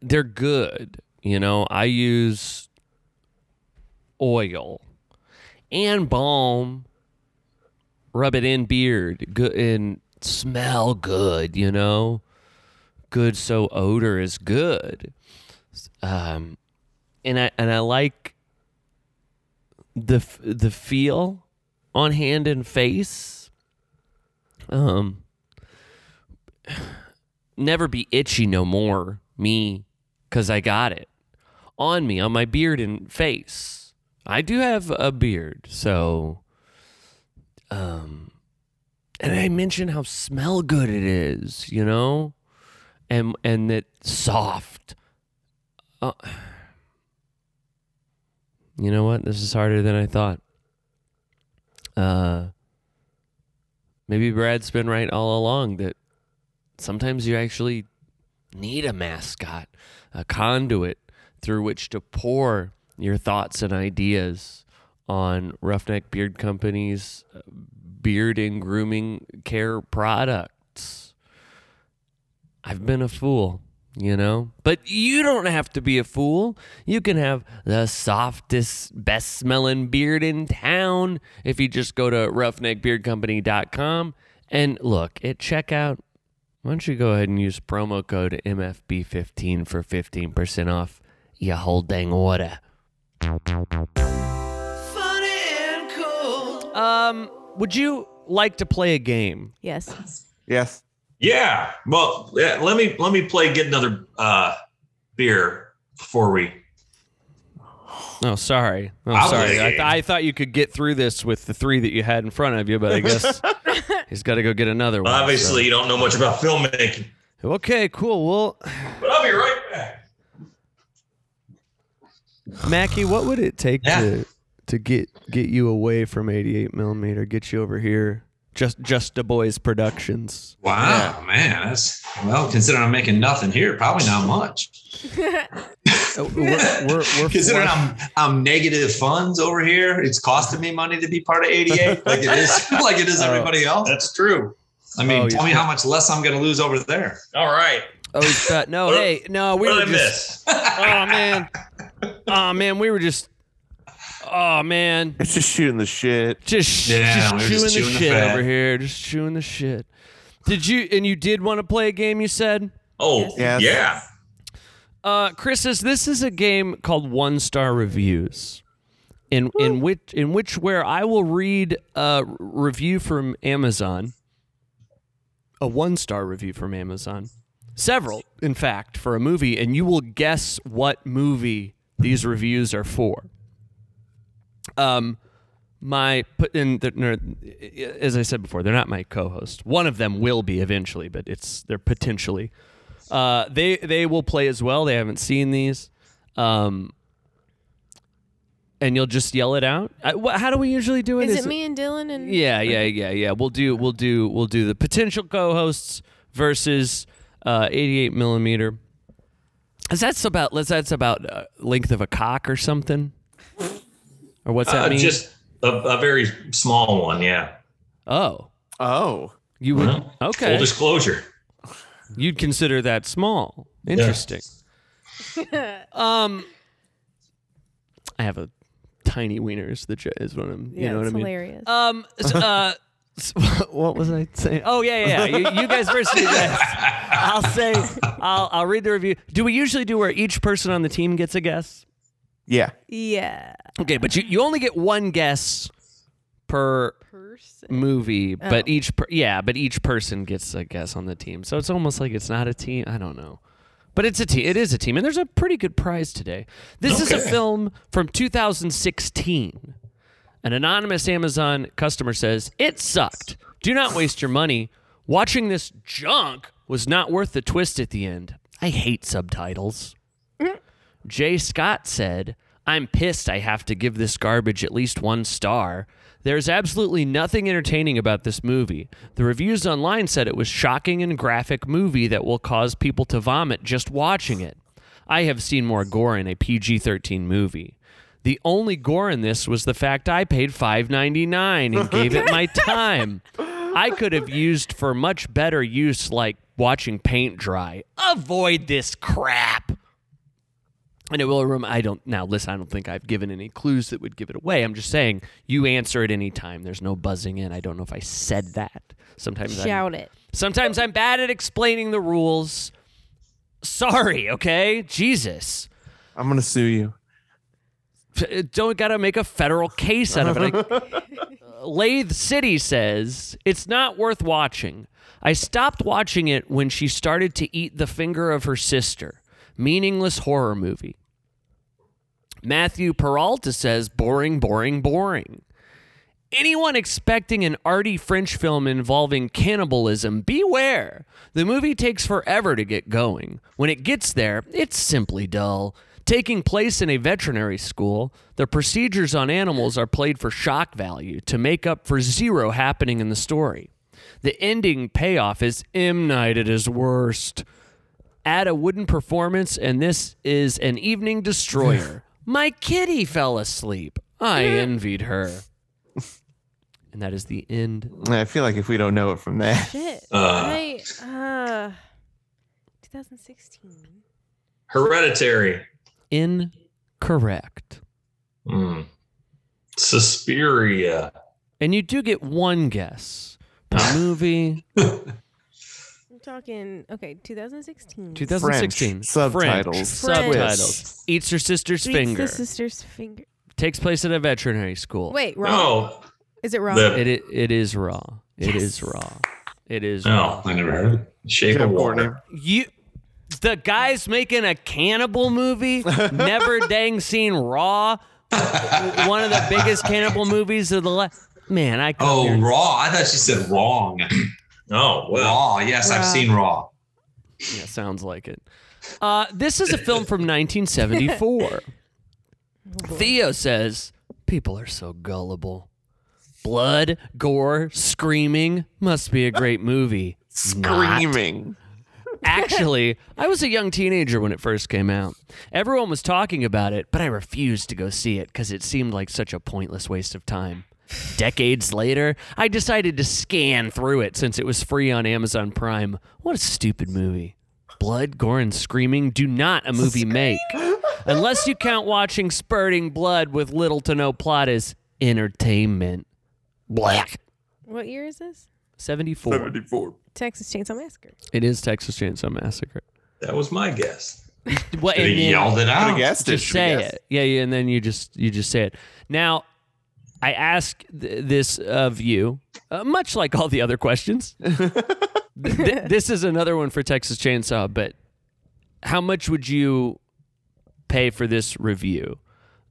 Speaker 1: they're good. You know, I use oil and balm. Rub it in beard, good and smell good. You know, good. So odor is good. Um, and I and I like the f- the feel on hand and face. Um, never be itchy no more, me, cause I got it on me on my beard and face. I do have a beard, so um and I mentioned how smell good it is, you know? And and that soft. Uh, *sighs* you know what? This is harder than I thought. Uh maybe Brad's been right all along that sometimes you actually need a mascot, a conduit through which to pour your thoughts and ideas on Roughneck Beard Company's beard and grooming care products. I've been a fool, you know? But you don't have to be a fool. You can have the softest, best smelling beard in town if you just go to roughneckbeardcompany.com and look at checkout. Why don't you go ahead and use promo code MFB15 for 15% off your whole dang order? Um, would you like to play a game?
Speaker 3: Yes.
Speaker 2: Yes.
Speaker 4: Yeah. Well, yeah, let me let me play get another uh beer before we
Speaker 1: Oh, sorry. I'm
Speaker 4: I'll play
Speaker 1: sorry.
Speaker 4: the
Speaker 1: I,
Speaker 4: game.
Speaker 1: I thought you could get through this with the three that you had in front of you, but I
Speaker 4: *laughs*
Speaker 1: guess he's got to go get another one. so-
Speaker 4: obviously you don't know much about filmmaking,
Speaker 1: Okay, cool. Well,
Speaker 4: but I'll be right back.
Speaker 1: Mackie, what would it take
Speaker 4: Yeah.
Speaker 1: to to get get you away from 88 millimeter, get you over here? Just Just Du Bois Productions.
Speaker 5: Wow, man, that's well. Considering I'm making nothing here, probably not much.
Speaker 1: Uh, we're, we're,
Speaker 4: *laughs*
Speaker 1: we're
Speaker 5: Considering
Speaker 1: flush-
Speaker 5: I'm I'm negative funds over here, it's costing me money to be part
Speaker 1: *laughs*
Speaker 5: of 88, like it is, *laughs* like it is
Speaker 1: Oh.
Speaker 5: everybody else.
Speaker 4: That's true.
Speaker 5: I mean,
Speaker 1: Oh,
Speaker 5: tell
Speaker 1: yeah.
Speaker 5: me how much less I'm going to lose over there.
Speaker 4: All right.
Speaker 1: Oh, he's got- no,
Speaker 4: What-
Speaker 1: hey, no, we
Speaker 4: what
Speaker 1: were
Speaker 4: did I
Speaker 1: just.
Speaker 4: miss? *laughs*
Speaker 1: Oh man, oh man, we were just. Oh man,
Speaker 2: It's just shooting the shit.
Speaker 1: just,
Speaker 5: Yeah, we
Speaker 1: just
Speaker 5: were
Speaker 1: chewing
Speaker 5: just
Speaker 1: the
Speaker 5: chewing the
Speaker 1: shit
Speaker 5: fat.
Speaker 1: over here, just chewing the shit. Did you and you did want to play a game? You said,
Speaker 4: Oh,
Speaker 2: Yes.
Speaker 4: yeah.
Speaker 1: uh, Chris, is this is a game called One Star Reviews, in in which in which where I will read a review from Amazon, a one star review from Amazon, several in fact for a movie, and you will guess what movie these reviews are for. Um, my put in the, no, as I said before, they're not my co-host. One of them will be eventually, but it's they're potentially. Uh, they they will play as well. They haven't seen these, um, and you'll just yell it out. I, wh- how do we usually do it?
Speaker 3: Is it me and Dylan and
Speaker 1: Yeah, yeah, yeah, yeah. We'll do we'll do we'll do the potential co-hosts versus uh, 88 millimeter. Is that's about that's about uh, length of a cock or something, or what's that
Speaker 4: Uh,
Speaker 1: mean?
Speaker 4: just a, a very small one, yeah.
Speaker 1: oh,
Speaker 2: Oh.
Speaker 1: you would
Speaker 4: Well,
Speaker 1: okay?
Speaker 4: Full disclosure.
Speaker 1: You'd consider that small.
Speaker 3: *laughs*
Speaker 1: Interesting. um, I have a tiny wiener. Is the jo- is what I'm.
Speaker 3: Yeah,
Speaker 1: you know what I
Speaker 3: it's
Speaker 1: mean.
Speaker 3: hilarious.
Speaker 1: Um. s- uh, *laughs* s- what was I saying? Oh yeah, yeah. yeah. You, you guys versus you guys. I'll say. I'll I'll read the review. Do we usually do where each person on the team gets a guess?
Speaker 2: Yeah.
Speaker 3: yeah.
Speaker 1: Okay, but you, you only get one guess per
Speaker 3: Person.
Speaker 1: movie, but
Speaker 3: Oh.
Speaker 1: each per- yeah, but each person gets a guess on the team. So it's almost like it's not a team. I don't know. But it's a team. It is a team, and there's a pretty good prize today. This is a film from 2016. An anonymous Amazon customer says it sucked. Do not waste your money. Watching this junk was not worth the twist at the end. I hate subtitles. Jay Scott said, I'm pissed I have to give this garbage at least one star. There's absolutely nothing entertaining about this movie. The reviews online said it was shocking and graphic movie that will cause people to vomit just watching it. I have seen more gore in a PG-13 movie. The only gore in this was the fact I paid $5.99 and gave it my time. I could have used for much better use like watching paint dry. Avoid this crap. And it will rem- I don't now listen, I don't think I've given any clues that would give it away. I'm just saying you answer at any time. There's no buzzing in. I don't know if I said that. Sometimes I'm,
Speaker 3: Shout it.
Speaker 1: sometimes I'm bad at explaining the rules. Sorry, okay? Jesus.
Speaker 2: I'm gonna sue you.
Speaker 1: F- Don't gotta make a federal case out of it. Uh, Lathe City says it's not worth watching. I stopped watching it when she started to eat the finger of her sister. Meaningless horror movie. Matthew Peralta says boring, boring, boring. Anyone expecting an arty French film involving cannibalism, beware. The movie takes forever to get going. When it gets there, it's simply dull. Taking place in a veterinary school, the procedures on animals are played for shock value to make up for zero happening in the story. The ending payoff is M. Night at his worst add a wooden performance, and this is an evening destroyer. My kitty fell asleep. I envied her. And that is the end.
Speaker 2: I feel like if we don't know it from
Speaker 1: *laughs*
Speaker 2: that,
Speaker 3: Shit.
Speaker 4: Uh.
Speaker 3: I, uh, 2016.
Speaker 4: Hereditary.
Speaker 1: Incorrect.
Speaker 4: Mm. Suspiria.
Speaker 1: And you do get one guess. The movie
Speaker 3: I'm talking, okay, 2016.
Speaker 1: 2016.
Speaker 2: subtitles.
Speaker 1: Subtitles.
Speaker 2: Twist.
Speaker 1: Eats your sister's
Speaker 3: Tweets
Speaker 1: finger. Oh.
Speaker 3: The sister's finger.
Speaker 1: Takes place at a veterinary school.
Speaker 3: Wait, wrong.
Speaker 4: No.
Speaker 3: Is it wrong?
Speaker 4: The-
Speaker 1: It, it, it is raw. It is raw. It is
Speaker 4: No,
Speaker 1: raw.
Speaker 4: I never heard of it. Shape
Speaker 2: Yeah,
Speaker 4: of
Speaker 2: Courtney.
Speaker 4: water.
Speaker 1: You the guy's making a cannibal movie, never dang seen raw. One of the biggest cannibal movies of the last. Man, I come
Speaker 5: Oh,
Speaker 1: here-
Speaker 5: raw. I thought she said
Speaker 4: *clears throat*
Speaker 5: wrong.
Speaker 4: Oh, well.
Speaker 5: Raw. Yes, I've
Speaker 3: Raw.
Speaker 5: seen raw.
Speaker 1: yeah, sounds like it. Uh, this is a film from 1974. Theo says people are so gullible. Blood, gore, screaming must be a great movie. Not.
Speaker 2: Screaming.
Speaker 1: Actually, I was a young teenager when it first came out. Everyone was talking about it, but I refused to go see it because it seemed like such a pointless waste of time. Decades later, I decided to scan through it since it was free on Amazon Prime. What a stupid movie. Blood, gore, and screaming do not a movie make. Unless you count watching spurting blood with little to no plot as entertainment. Black.
Speaker 3: What year is this?
Speaker 1: 74.
Speaker 3: Texas
Speaker 1: *laughs*
Speaker 3: Chainsaw Massacre.
Speaker 1: It is Texas Chainsaw Massacre.
Speaker 4: That was my guess.
Speaker 1: Well,
Speaker 5: They
Speaker 1: and then-
Speaker 5: yelled it
Speaker 2: I
Speaker 5: out.
Speaker 2: guessed it.
Speaker 1: Oh, just say it. Yeah, yeah, and then you just you just say it. Now, I ask th- this of you, uh, much like all the other questions. Th- th- this is another one for Texas Chainsaw, but how much would you pay for this review?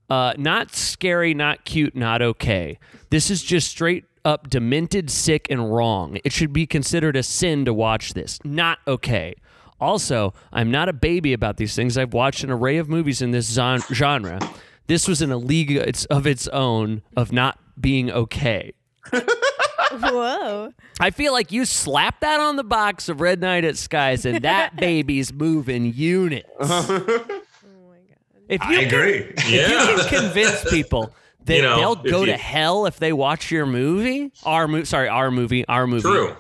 Speaker 1: Uh, not scary, not cute, not okay. This is just straight up demented, sick, and wrong. It should be considered a sin to watch this. Not okay. Also, I'm not a baby about these things. I've watched an array of movies in this zon- genre. This was in a league it's of its own of not being okay.
Speaker 3: Whoa.
Speaker 1: I feel like you slapped that on the box of Red Night at Skies, and that baby's moving units.
Speaker 3: Oh my God.
Speaker 1: If you
Speaker 5: I
Speaker 1: can-
Speaker 5: agree.
Speaker 1: if *laughs* you
Speaker 4: Yeah.
Speaker 1: can convince people that
Speaker 4: You know,
Speaker 1: they'll
Speaker 4: if
Speaker 1: go
Speaker 4: you-
Speaker 1: to hell if they watch your movie, our movie, sorry, our movie, our movie.
Speaker 4: *laughs* True.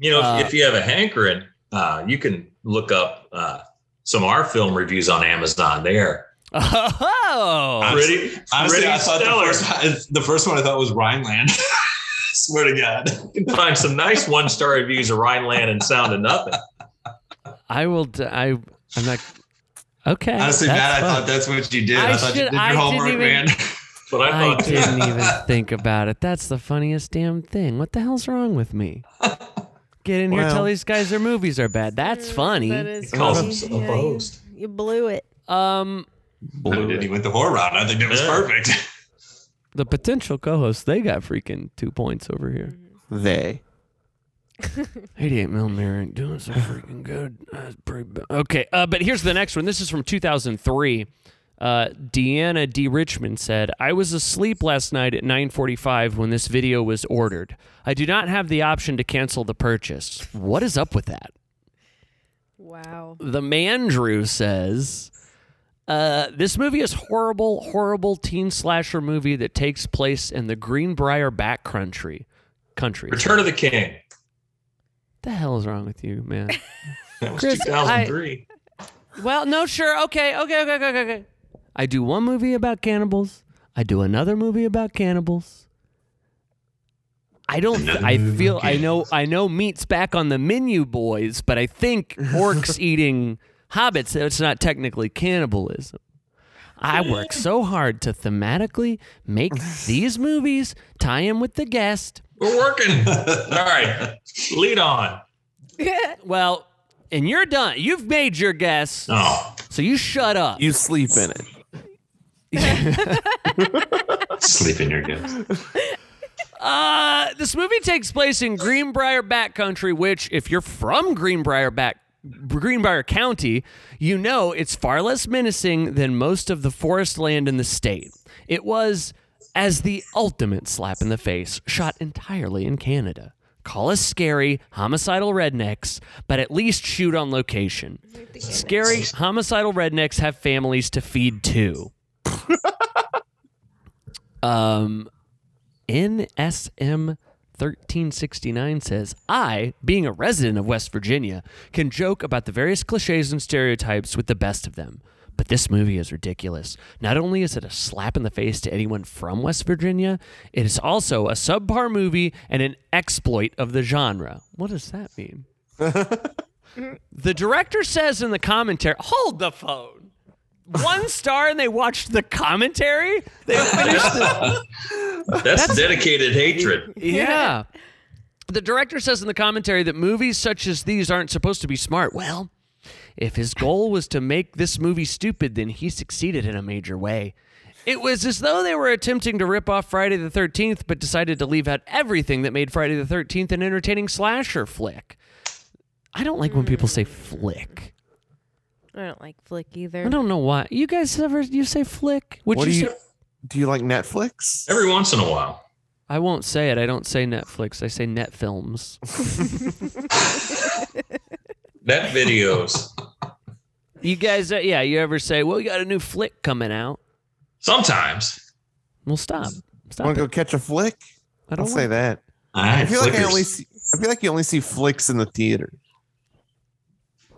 Speaker 4: You know,
Speaker 1: Uh,
Speaker 4: if, if you have a hankering, uh, you can look up uh, some of our film reviews on Amazon there.
Speaker 1: *laughs* Oh,
Speaker 4: Pretty,
Speaker 5: Honestly,
Speaker 4: pretty
Speaker 5: I thought the
Speaker 4: stellar.
Speaker 5: first, the first one I thought was Rhineland. *laughs* Swear to God.
Speaker 4: You can find some nice one star reviews of Rhineland and Sound of Nothing.
Speaker 1: I will. D- I I'm like, okay.
Speaker 5: Honestly,
Speaker 1: that's
Speaker 5: Matt, I
Speaker 1: fun.
Speaker 5: thought that's what you did. I,
Speaker 1: I
Speaker 5: thought
Speaker 1: should-
Speaker 5: you did your
Speaker 1: I didn't
Speaker 5: homework,
Speaker 1: even-
Speaker 5: man.
Speaker 4: But I
Speaker 1: I
Speaker 4: thought
Speaker 1: didn't
Speaker 4: *laughs*
Speaker 1: even think about it. That's the funniest damn thing. What the hell's wrong with me? Get in here,
Speaker 2: Well.
Speaker 1: tell these guys their movies are bad. That's
Speaker 3: Mm,
Speaker 1: funny.
Speaker 3: That is
Speaker 4: calls
Speaker 3: funny.
Speaker 4: himself a
Speaker 3: Yeah, you-
Speaker 4: host.
Speaker 3: You, blew it.
Speaker 1: um,
Speaker 5: No, he didn't. He went the horror route. I think that was
Speaker 4: Yeah.
Speaker 5: perfect.
Speaker 1: the potential co-hosts they got freaking two points over here.
Speaker 2: They.
Speaker 1: 88 millimeter ain't doing so freaking good. That's pretty bad. Okay, uh, but here's the next one. This is from 2003. Uh, Deanna D. Richmond said, "I was asleep last night at 9:45 when this video was ordered. I do not have the option to cancel the purchase. What is up with that?"
Speaker 3: Wow.
Speaker 1: The Mandrew says, uh, "This movie is horrible, horrible teen slasher movie that takes place in the Greenbrier back country. Country.
Speaker 4: Return of the King.
Speaker 1: the hell is wrong with you, man?"
Speaker 4: That was
Speaker 1: Chris,
Speaker 4: 2003.
Speaker 1: Well, no, sure. Okay, okay, okay, okay, okay, okay. I do one movie about cannibals. I do another movie about cannibals. I don't.
Speaker 4: Another
Speaker 1: I
Speaker 4: movie
Speaker 1: feel.
Speaker 4: about
Speaker 1: I know.
Speaker 4: cannibals.
Speaker 1: I know. Meat's back on the menu, boys. But I think
Speaker 4: *laughs*
Speaker 1: orcs eating hobbits. It's not technically cannibalism. I work so hard to thematically make these movies tie in with the guest.
Speaker 4: We're
Speaker 5: *laughs*
Speaker 4: working. All right. Lead on.
Speaker 1: Well, and you're done. You've made your guess,
Speaker 4: Oh,
Speaker 1: so you shut up.
Speaker 2: You sleep in it.
Speaker 4: sleep in your guest.
Speaker 1: Uh, this movie takes place in Greenbrier backcountry, which, if you're from Greenbrier back Greenbrier County, you know it's far less menacing than most of the forest land in the state. It was as the ultimate slap in the face, shot entirely in Canada. Call us scary, homicidal rednecks, but at least shoot on location. Scary, homicidal rednecks have families to feed too. um, NSM 1369 says, I, being a resident of West Virginia, can joke about the various cliches and stereotypes with the best of them. But this movie is ridiculous. Not only is it a slap in the face to anyone from West Virginia, it is also a subpar movie and an exploit of the genre. What does that mean? the director says in the commentary, hold the phone. One star and they watched the commentary? They finished the
Speaker 4: That's, dedicated hatred.
Speaker 1: yeah. *laughs* The director says in the commentary that movies such as these aren't supposed to be smart. Well, if his goal was to make this movie stupid, then he succeeded in a major way. It was as though they were attempting to rip off Friday the 13th, but decided to leave out everything that made Friday the 13th an entertaining slasher flick. I don't like when people say flick.
Speaker 3: I don't like Flick either. *laughs*
Speaker 1: I don't know why. You guys ever you say flick? Would
Speaker 2: what
Speaker 1: you,
Speaker 2: do
Speaker 1: say-
Speaker 2: you do? You like Netflix?
Speaker 4: Every once in a while.
Speaker 1: I won't say it. I don't say Netflix. I say net films.
Speaker 4: That
Speaker 5: *laughs*
Speaker 4: videos.
Speaker 1: You guys, uh, yeah, you ever say, "Well, you got a new flick coming out"?
Speaker 4: Sometimes.
Speaker 1: Well, stop, stop.
Speaker 2: Want
Speaker 1: It.
Speaker 2: to go catch a flick?
Speaker 1: I
Speaker 2: I'll
Speaker 1: don't
Speaker 2: say
Speaker 1: want-
Speaker 2: that.
Speaker 5: All right,
Speaker 2: I feel like I
Speaker 5: flickers.
Speaker 2: only see. I feel like you only see flicks in the theater.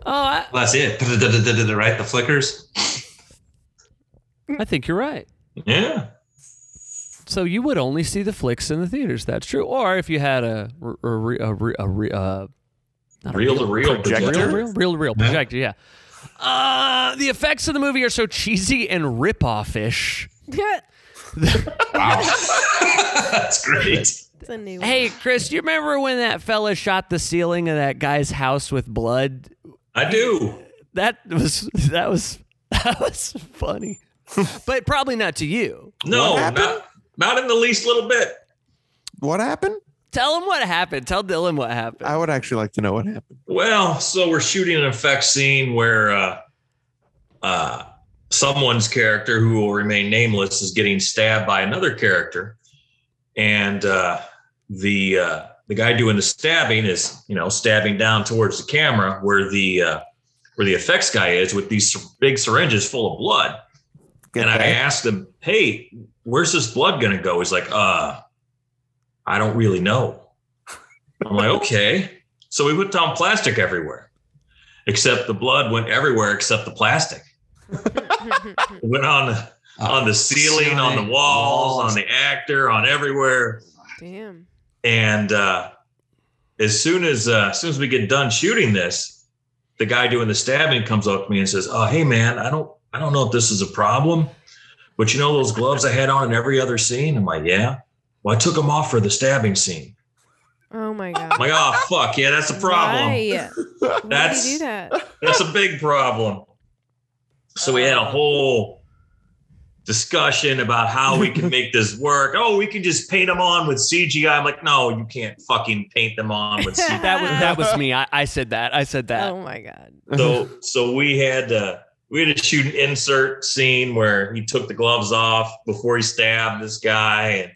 Speaker 1: Oh, I,
Speaker 5: Well, that's it. *laughs* Right, the flickers.
Speaker 1: I think you're right.
Speaker 4: Yeah.
Speaker 1: So you would only see the flicks in the theaters. That's true. Or if you had a r- a re- a re- a re- uh, not a
Speaker 4: Reel to reel
Speaker 2: projector.
Speaker 1: real,
Speaker 4: projector.
Speaker 1: real, real, real
Speaker 5: Yeah.
Speaker 1: projector. Yeah. Uh, the effects of the movie are so cheesy and rip-off-ish.
Speaker 4: *laughs*
Speaker 5: Wow, that's great.
Speaker 3: it's a new
Speaker 1: Hey, Chris, do you remember when that fella shot the ceiling of that guy's house with blood?
Speaker 4: I do.
Speaker 1: That was that was *laughs* that was funny, but probably not to you.
Speaker 4: No,
Speaker 2: What happened?
Speaker 4: not, not in the least little bit.
Speaker 2: What happened?
Speaker 1: Tell him what happened. Tell Dylan what happened.
Speaker 2: I would actually like to know what happened.
Speaker 4: Well, so we're shooting an effect scene where uh, uh, someone's character, who will remain nameless, is getting stabbed by another character, and uh, the uh, the guy doing the stabbing is, you know, stabbing down towards the camera where the uh, where the effects guy is with these big syringes full of blood.
Speaker 2: Get
Speaker 4: and I
Speaker 2: that.
Speaker 4: asked him, "Hey, where's this blood gonna go?" He's like, "Uh, I don't really know." I'm like, "Okay." So we put down plastic everywhere, except the blood went everywhere except the plastic. It went on on the ceiling, on the walls, on the actor, on everywhere.
Speaker 3: *laughs* Damn.
Speaker 4: And uh, as soon as uh, as soon as we get done shooting this, the guy doing the stabbing comes up to me and says, "Oh, hey man, I don't I don't know if this is a problem, but you know those gloves I had on in every other scene." I'm like, "Yeah." Well, I took them off for the stabbing scene.
Speaker 3: Oh my
Speaker 4: I'm
Speaker 3: god.
Speaker 4: like, "Oh fuck, yeah, that's a problem.
Speaker 3: Why? Why did
Speaker 4: *laughs* That's-
Speaker 3: you do that?
Speaker 4: That's a big problem." So we had a whole discussion about how we can make this work. Oh, we can just paint them on with CGI. I'm like, no, you can't fucking paint them on with CGI.
Speaker 1: that was
Speaker 2: *laughs*
Speaker 1: that was me. I, I said that. I said that.
Speaker 3: Oh my god.
Speaker 4: so so we had to we had to shoot an insert scene where he took the gloves off before he stabbed this guy and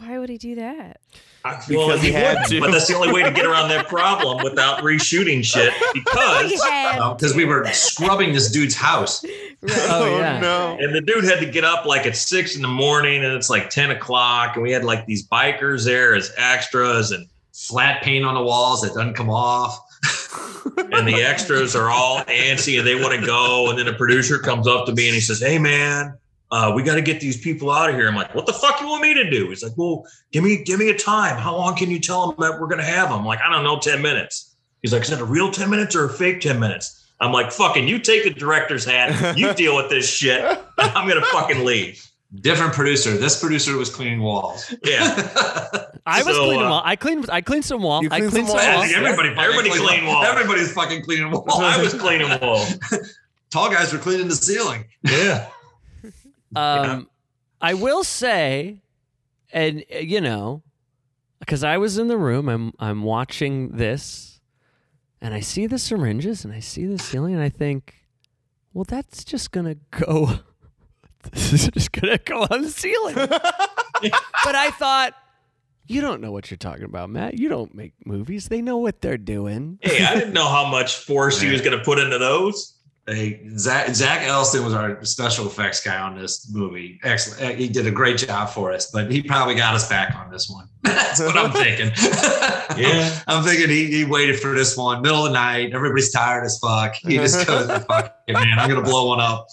Speaker 3: Why would he do that?
Speaker 4: I-
Speaker 2: Because he had
Speaker 4: wouldn't,
Speaker 2: to.
Speaker 4: but that's the only way to get around that problem without reshooting shit because um,
Speaker 3: had
Speaker 5: because we were scrubbing this dude's house.
Speaker 1: Oh, yeah.
Speaker 2: no.
Speaker 4: and the dude had to get up like at six in the morning and it's like 10 o'clock and we had like these bikers there as extras and
Speaker 5: Flat paint on the walls that doesn't come off.
Speaker 4: *laughs* and the extras are all antsy and they want to go. And then a producer comes up to me and he says, "Hey, man, uh, we got to get these people out of here." I'm like, "What the fuck you want me to do?" He's like, "Well, give me give me a time. How long can you tell them that we're gonna have them?" I'm like, "I don't know, ten minutes." He's like, "Is that a real ten minutes or a fake ten minutes?" I'm like, "Fucking, you take the director's hat. You deal with this shit. I'm gonna fucking leave."
Speaker 5: Different producer. This producer was cleaning walls. *laughs*
Speaker 4: Yeah. *laughs*
Speaker 1: I was
Speaker 4: So,
Speaker 1: cleaning
Speaker 4: uh,
Speaker 1: wall. I cleaned. I cleaned some wall.
Speaker 2: You
Speaker 1: I
Speaker 2: cleaned
Speaker 1: cleaned
Speaker 2: some
Speaker 1: some wall.
Speaker 2: walls. Yeah.
Speaker 4: Everybody, everybody
Speaker 5: fucking
Speaker 4: clean walls.
Speaker 5: Everybody's fucking cleaning walls.
Speaker 4: *laughs* Well, I was
Speaker 5: *laughs*
Speaker 4: cleaning walls.
Speaker 5: Tall guys were cleaning the ceiling.
Speaker 4: Yeah.
Speaker 1: Um, I will say, and uh, you know, because I was in the room, I'm I'm watching this, and I see the syringes and I see the ceiling, and I think, well, that's just gonna go. *laughs* This is just gonna go on the *laughs* ceiling. but I thought, you don't know what you're talking about, Matt. You don't make movies. They know what they're doing.
Speaker 4: Hey, I didn't know how much force he was gonna put into those.
Speaker 5: Hey, Zach, Zach Elston was our special effects guy on this movie. Excellent. He did a great job for us, but he probably got us back on this one. That's
Speaker 2: *laughs*
Speaker 5: what I'm thinking. *laughs*
Speaker 4: Yeah.
Speaker 5: I'm thinking he, he waited for this one, middle of the night. Everybody's tired as fuck. He just goes, fuck it, man. I'm going to blow
Speaker 4: *laughs*
Speaker 5: one up.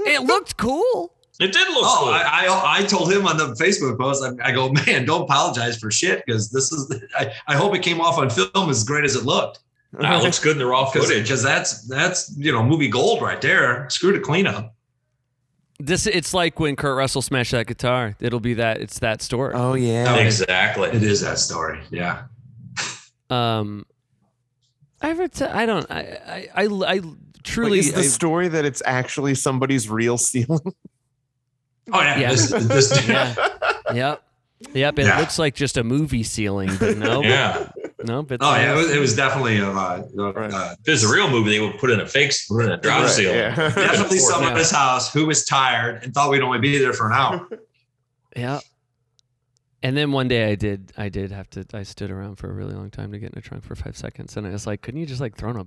Speaker 1: It looked cool.
Speaker 4: It did look
Speaker 5: Oh,
Speaker 4: cool.
Speaker 5: I, I, I told him on the Facebook post, I, I go, man, don't apologize for shit because this is, I, I hope it came off on film as great as it looked.
Speaker 4: Nah, it looks good in the raw footage.
Speaker 5: Because that's, that's, you know, movie gold right there. Screw the cleanup.
Speaker 1: This it's like when Kurt Russell smashed that guitar. It'll be that. It's that story.
Speaker 2: *laughs* Oh yeah.
Speaker 5: It
Speaker 4: Exactly.
Speaker 5: is that story. Yeah.
Speaker 1: Um, I ever t- I don't. I I I, I
Speaker 2: Like,
Speaker 1: truly.
Speaker 2: is the
Speaker 1: I-
Speaker 2: story that it's actually somebody's real ceiling?
Speaker 5: Oh yeah,
Speaker 1: Yeah.
Speaker 2: *laughs*
Speaker 5: This, this,
Speaker 1: yeah. yep. Yep. It
Speaker 5: Yeah.
Speaker 1: looks like just a movie ceiling, but no.
Speaker 4: Yeah.
Speaker 1: No. But
Speaker 5: oh yeah, it was, it was definitely a uh, uh,
Speaker 2: Right.
Speaker 4: If it's a real movie, they would put in a fake, put in a drop
Speaker 2: Right,
Speaker 4: seal.
Speaker 2: yeah.
Speaker 5: definitely
Speaker 4: Fourth
Speaker 5: someone at
Speaker 1: now.
Speaker 5: his house who was tired and thought we'd only be there for an hour.
Speaker 1: Yeah. And then one day I did. I did have to. I stood around for a really long time to get in a trunk for five seconds, and I was like, "Couldn't you just like throw in a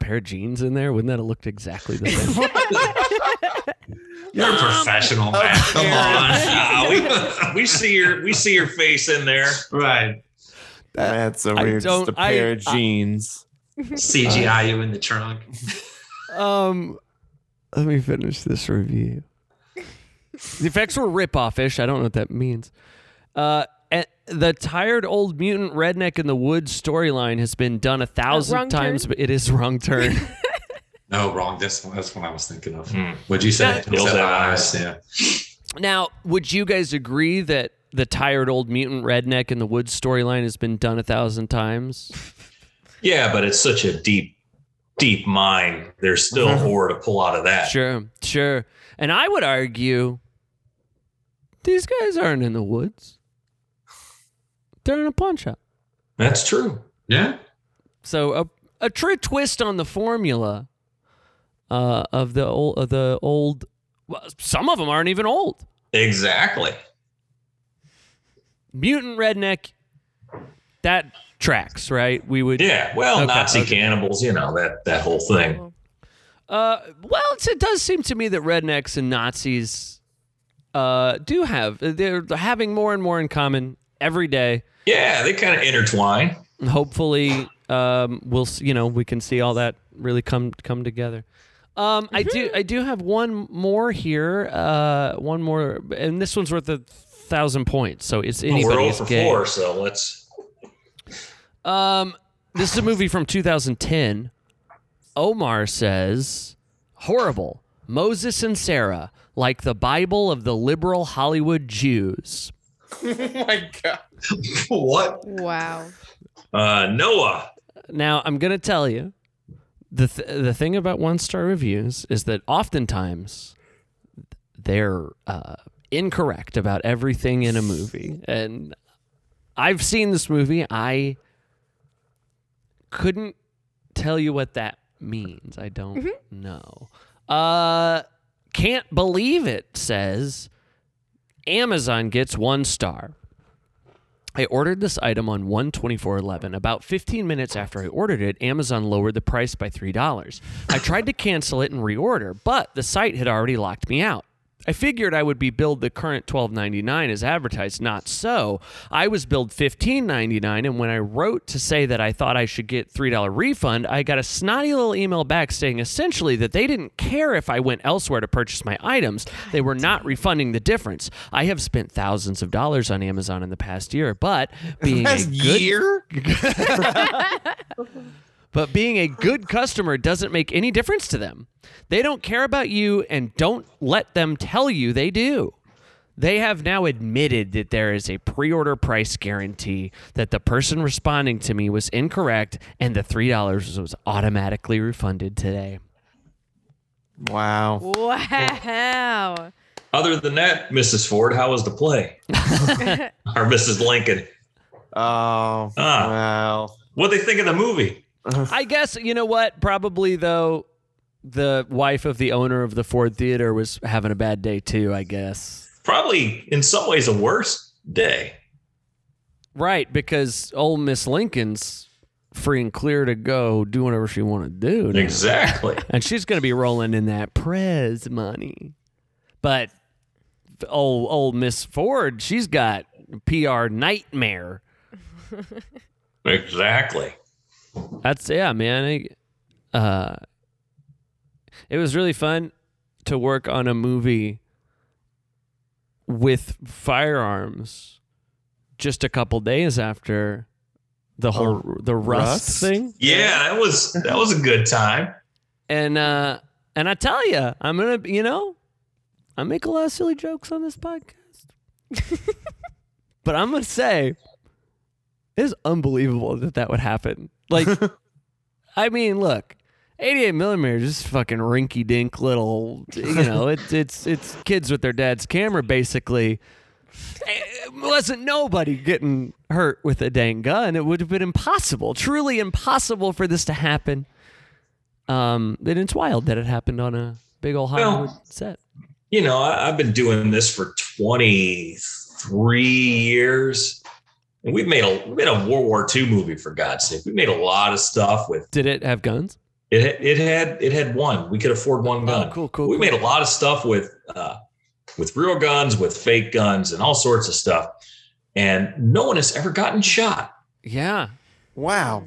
Speaker 1: pair of jeans in there? Wouldn't that have looked exactly the same?"
Speaker 5: You're a professional, man. Come
Speaker 4: Nah,
Speaker 5: on,
Speaker 4: we, we see your we see your face in there.
Speaker 5: right?
Speaker 2: *laughs* That's so
Speaker 1: I
Speaker 2: weird. Just
Speaker 1: don't-
Speaker 2: a pair
Speaker 1: I-
Speaker 2: of
Speaker 1: I-
Speaker 2: jeans.
Speaker 5: CGI you in the trunk.
Speaker 1: Um, let me finish this review. the effects were rip-off-ish. I don't know what that means. Uh, and the tired old mutant redneck in the woods storyline has been done a thousand
Speaker 3: Wrong
Speaker 1: times,
Speaker 3: Turn?
Speaker 1: but it is wrong turn. *laughs*
Speaker 5: No, wrong. That's that's what I was thinking of.
Speaker 4: Hmm.
Speaker 5: What'd you say?
Speaker 4: Yeah. Hills Have Eyes.
Speaker 5: Yeah.
Speaker 1: now, would you guys agree that the tired old mutant redneck in the woods storyline has been done a thousand
Speaker 3: *laughs*
Speaker 1: times?
Speaker 4: Yeah, but it's such a deep, deep mine. There's still more to pull out of that.
Speaker 1: Mm-hmm. Sure, sure. And I would argue these guys aren't in the woods. They're in a pawn shop.
Speaker 4: That's true.
Speaker 5: Yeah.
Speaker 1: So a a true twist on the formula uh, of the old of the old. Well, some of them aren't even old.
Speaker 4: Exactly.
Speaker 1: Mutant redneck. That tracks, right? We would.
Speaker 4: Yeah. Well,
Speaker 1: Okay,
Speaker 4: Nazi
Speaker 1: okay.
Speaker 4: cannibals. You know that that whole thing.
Speaker 1: Uh, well, it's, it does seem to me that rednecks and Nazis uh, do have they're having more and more in common every day.
Speaker 4: Yeah, they kind of intertwine.
Speaker 1: And hopefully, um, we'll s- you know we can see all that really come come together. Um, I do I do have one more here, uh, one more, and this one's worth a thousand points, so it's
Speaker 4: Oh, We're
Speaker 1: anybody's
Speaker 4: over
Speaker 1: game.
Speaker 4: four, so let's.
Speaker 1: Um, this is a movie from 2010. Omar says, "Horrible Moses and Sarah, like the Bible of the liberal Hollywood Jews."
Speaker 2: oh my god.
Speaker 5: What?
Speaker 3: Wow.
Speaker 4: Uh, Noah.
Speaker 1: Now, I'm going to tell you the th- the thing about one star reviews is that oftentimes they're uh, incorrect about everything in a movie. And I've seen this movie. I couldn't tell you what that means. I don't know. Uh, can't believe it says Amazon gets one star. I ordered this item on 124.11. About 15 minutes after I ordered it, Amazon lowered the price by $3. I tried to cancel it and reorder, but the site had already locked me out. I figured I would be billed the current $12.99 as advertised, not so. I was billed $15.99, and when I wrote to say that I thought I should get $3 refund, I got a snotty little email back saying essentially that they didn't care if I went elsewhere to purchase my items. They were not refunding the difference. I have spent thousands of dollars on Amazon in the past year, but
Speaker 2: *laughs*
Speaker 1: being a
Speaker 2: Last
Speaker 1: good
Speaker 2: year?
Speaker 1: but being a good customer doesn't make any difference to them. They don't care about you and don't let them tell you they do. They have now admitted that there is a pre order price guarantee, that the person responding to me was incorrect, and the $3 was automatically refunded today.
Speaker 2: Wow.
Speaker 3: Wow.
Speaker 4: Other than that, Mrs. Ford, how was the play? or Mrs. Lincoln?
Speaker 2: Oh, wow.
Speaker 4: What they think of the movie?
Speaker 1: I guess, you know what? Probably, though, the wife of the owner of the Ford Theater was having a bad day, too, I guess.
Speaker 4: Probably in some ways a worse day.
Speaker 1: Right, because old Miss Lincoln's free and clear to go do whatever she want to do. now. *laughs*
Speaker 4: Exactly.
Speaker 1: And she's going to be rolling in that prez money. But the old old Miss Ford, she's got PR nightmare.
Speaker 4: exactly.
Speaker 1: That's yeah, man. I, uh, it was really fun to work on a movie with firearms. Just a couple days after the whole the
Speaker 2: Rust?
Speaker 1: rust thing.
Speaker 4: Yeah, that was that was a good time.
Speaker 1: And uh and I tell you, I'm gonna you know, I make a lot of silly jokes on this podcast, *laughs* but I'm gonna say it is unbelievable that that would happen. Like, I mean, look. 88 millimeter is just fucking rinky dink little, you know, it's it's it's kids with their dad's camera basically. It wasn't nobody getting hurt with a dang gun. It would have been impossible, truly impossible for this to happen. Um, then it's wild that it happened on a big old Hollywood set.
Speaker 4: You know, I, I've been doing this for 23 years. And we've made a we made a World War II movie for God's sake. We made a lot of stuff with
Speaker 1: Did it have guns?
Speaker 4: it. had- It had it had one. We could afford one gun.
Speaker 1: Oh, cool, cool.
Speaker 4: we
Speaker 1: cool.
Speaker 4: made a lot of stuff with uh, with real guns, with fake guns, and all sorts of stuff. And no one has ever gotten shot.
Speaker 1: yeah.
Speaker 2: Wow.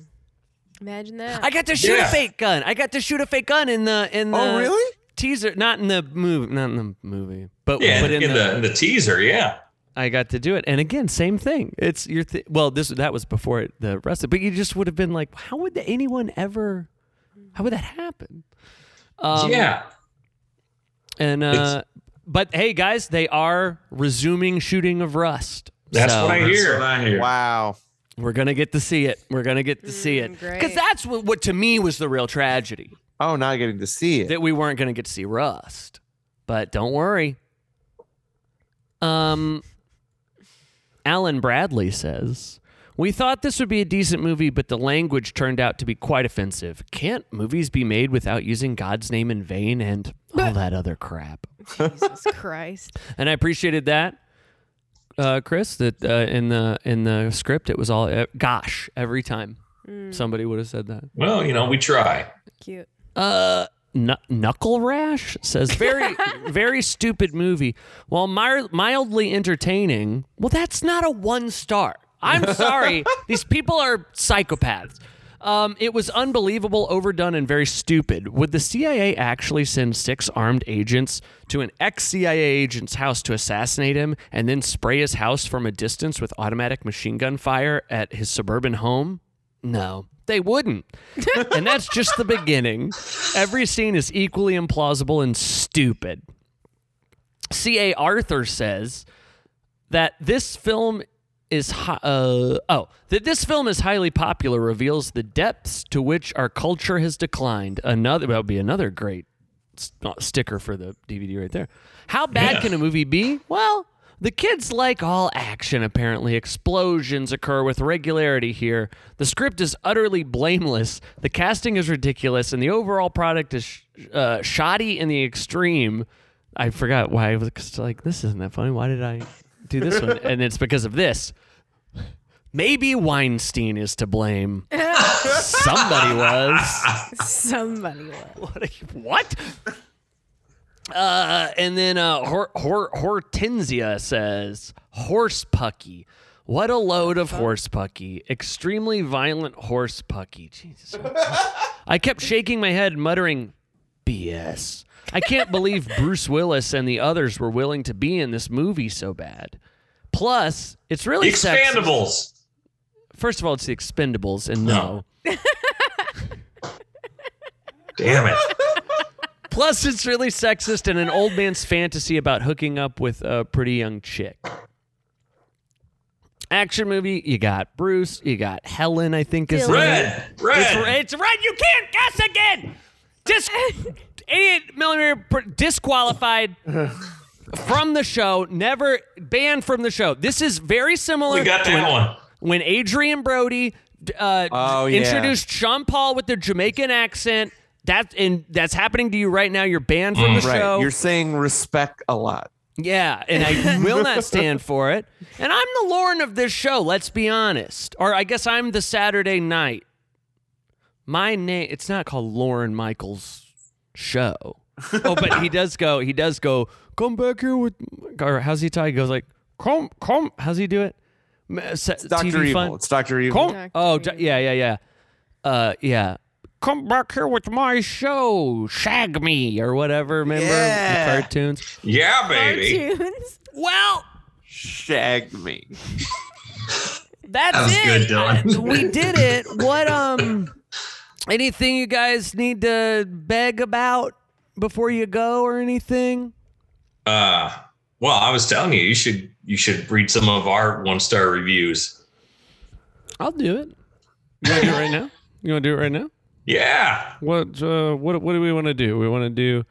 Speaker 3: Imagine that.
Speaker 1: I got to shoot
Speaker 4: Yeah.
Speaker 1: a fake gun. I got to shoot a fake gun in the in the
Speaker 2: Oh, really?
Speaker 1: teaser, not in the movie, not in the movie, but
Speaker 4: Yeah,
Speaker 1: but
Speaker 4: in, in the, in the teaser, yeah.
Speaker 1: I got to do it. And again, same thing. It's your th- well, this that was before it, the rest of, but you just would have been like, how would anyone ever? How would that happen? Um,
Speaker 4: yeah.
Speaker 1: And uh, but hey, guys, they are resuming shooting of Rust.
Speaker 4: That's
Speaker 1: So-
Speaker 4: what I
Speaker 5: That's
Speaker 4: hear.
Speaker 5: what I hear.
Speaker 2: Wow.
Speaker 1: We're gonna get to see it. We're gonna get to see it
Speaker 3: Mm, great.
Speaker 1: because that's what, what to me was the real tragedy
Speaker 2: Oh, not getting to see it.
Speaker 1: that we weren't gonna get to see Rust. But don't worry. Um, Alan Bradley says we thought this would be a decent movie, but the language turned out to be quite offensive. Can't movies be made without using God's name in vain and all that other crap?
Speaker 3: Jesus Christ.
Speaker 1: and I appreciated that, uh, Chris. That uh, in the in the script, it was all uh, gosh every time somebody would have said that.
Speaker 4: Well, you know, we try.
Speaker 3: Cute.
Speaker 1: Uh, kn- Knuckle Rash says very very stupid movie. While mi- mildly entertaining, well, that's not a one star. I'm sorry, these people are psychopaths. Um, it was unbelievable, overdone, and very stupid. Would the CIA actually send six armed agents to an ex CIA agent's house to assassinate him and then spray his house from a distance with automatic machine gun fire at his suburban home? No, they wouldn't. and that's just the beginning. Every scene is equally implausible and stupid. C.A. Arthur says that this film is hi- uh, oh that this film is highly popular reveals the depths to which our culture has declined. Another that would be another great s- uh, sticker for the DVD right there. How bad can a movie be? Well, the kids like all action, apparently. Explosions occur with regularity here. The script is utterly blameless. The casting is ridiculous, and the overall product is sh- uh, shoddy in the extreme. I forgot why I was 'cause, like, this isn't that funny. Why did I do this one? And it's because of this. Maybe Weinstein is to blame. Somebody was
Speaker 3: Somebody
Speaker 1: *laughs*
Speaker 3: will.
Speaker 1: what? Are you, what? Uh, and then uh, Hor- Hor- Hortensia says, "Horse pucky. What a load of horse pucky. Extremely violent horse pucky. Jesus. I kept shaking my head, muttering, BS. I can't believe Bruce Willis and the others were willing to be in this movie so bad. Plus, it's
Speaker 4: The
Speaker 1: really sexist.
Speaker 4: Expandables.
Speaker 1: First of all, it's the Expendables, and no.
Speaker 4: Damn it.
Speaker 1: Plus, it's really sexist and an old man's fantasy about hooking up with a pretty young chick. Action movie, you got Bruce, you got Helen, I think is in it.
Speaker 4: Red.
Speaker 1: It's,
Speaker 4: Red.
Speaker 1: it's red. You can't guess again.
Speaker 4: *laughs*
Speaker 1: Dis- eight millimeter per-
Speaker 4: *laughs*
Speaker 1: disqualified from the show. Never banned from the show. This is very similar.
Speaker 4: We got
Speaker 1: to when-
Speaker 4: that one.
Speaker 1: when Adrian Brody uh,
Speaker 6: Oh, yeah.
Speaker 1: introduced Sean Paul with the Jamaican accent. That and that's happening to you right now. You're banned from the
Speaker 6: Mm. Right.
Speaker 1: show.
Speaker 6: You're saying respect a lot.
Speaker 1: yeah, and I will not stand for it. And I'm the Lauren of this show. Let's be honest. Or I guess I'm the Saturday night. My name. It's not called Lauren Michaels show. oh, but he does go. He does go. Come back here with. Or how's he talk? He goes like, come, come. How's he do it? uh, It's
Speaker 6: It's Dr. Evil. It's Dr. Evil.
Speaker 1: Come,
Speaker 3: Doctor
Speaker 1: oh, d-
Speaker 3: Evil.
Speaker 1: yeah, yeah, yeah. Uh, yeah. Come back here with my show, Shag Me, or whatever, remember?
Speaker 6: Yeah.
Speaker 1: The cartoons.
Speaker 4: Yeah, baby.
Speaker 3: Cartoons.
Speaker 1: Well,
Speaker 6: Shag me.
Speaker 1: that's
Speaker 4: That was
Speaker 1: it.
Speaker 4: good, Dylan.
Speaker 1: Uh, *laughs* we did it. What, um, anything you guys need to beg about before you go or anything?
Speaker 4: Uh, well, I was telling you, you should you should read some of our one star reviews.
Speaker 1: I'll do it. You want to do it right now? You want to do it right now?
Speaker 4: Yeah,
Speaker 1: What uh, what what do we want to do? We want to do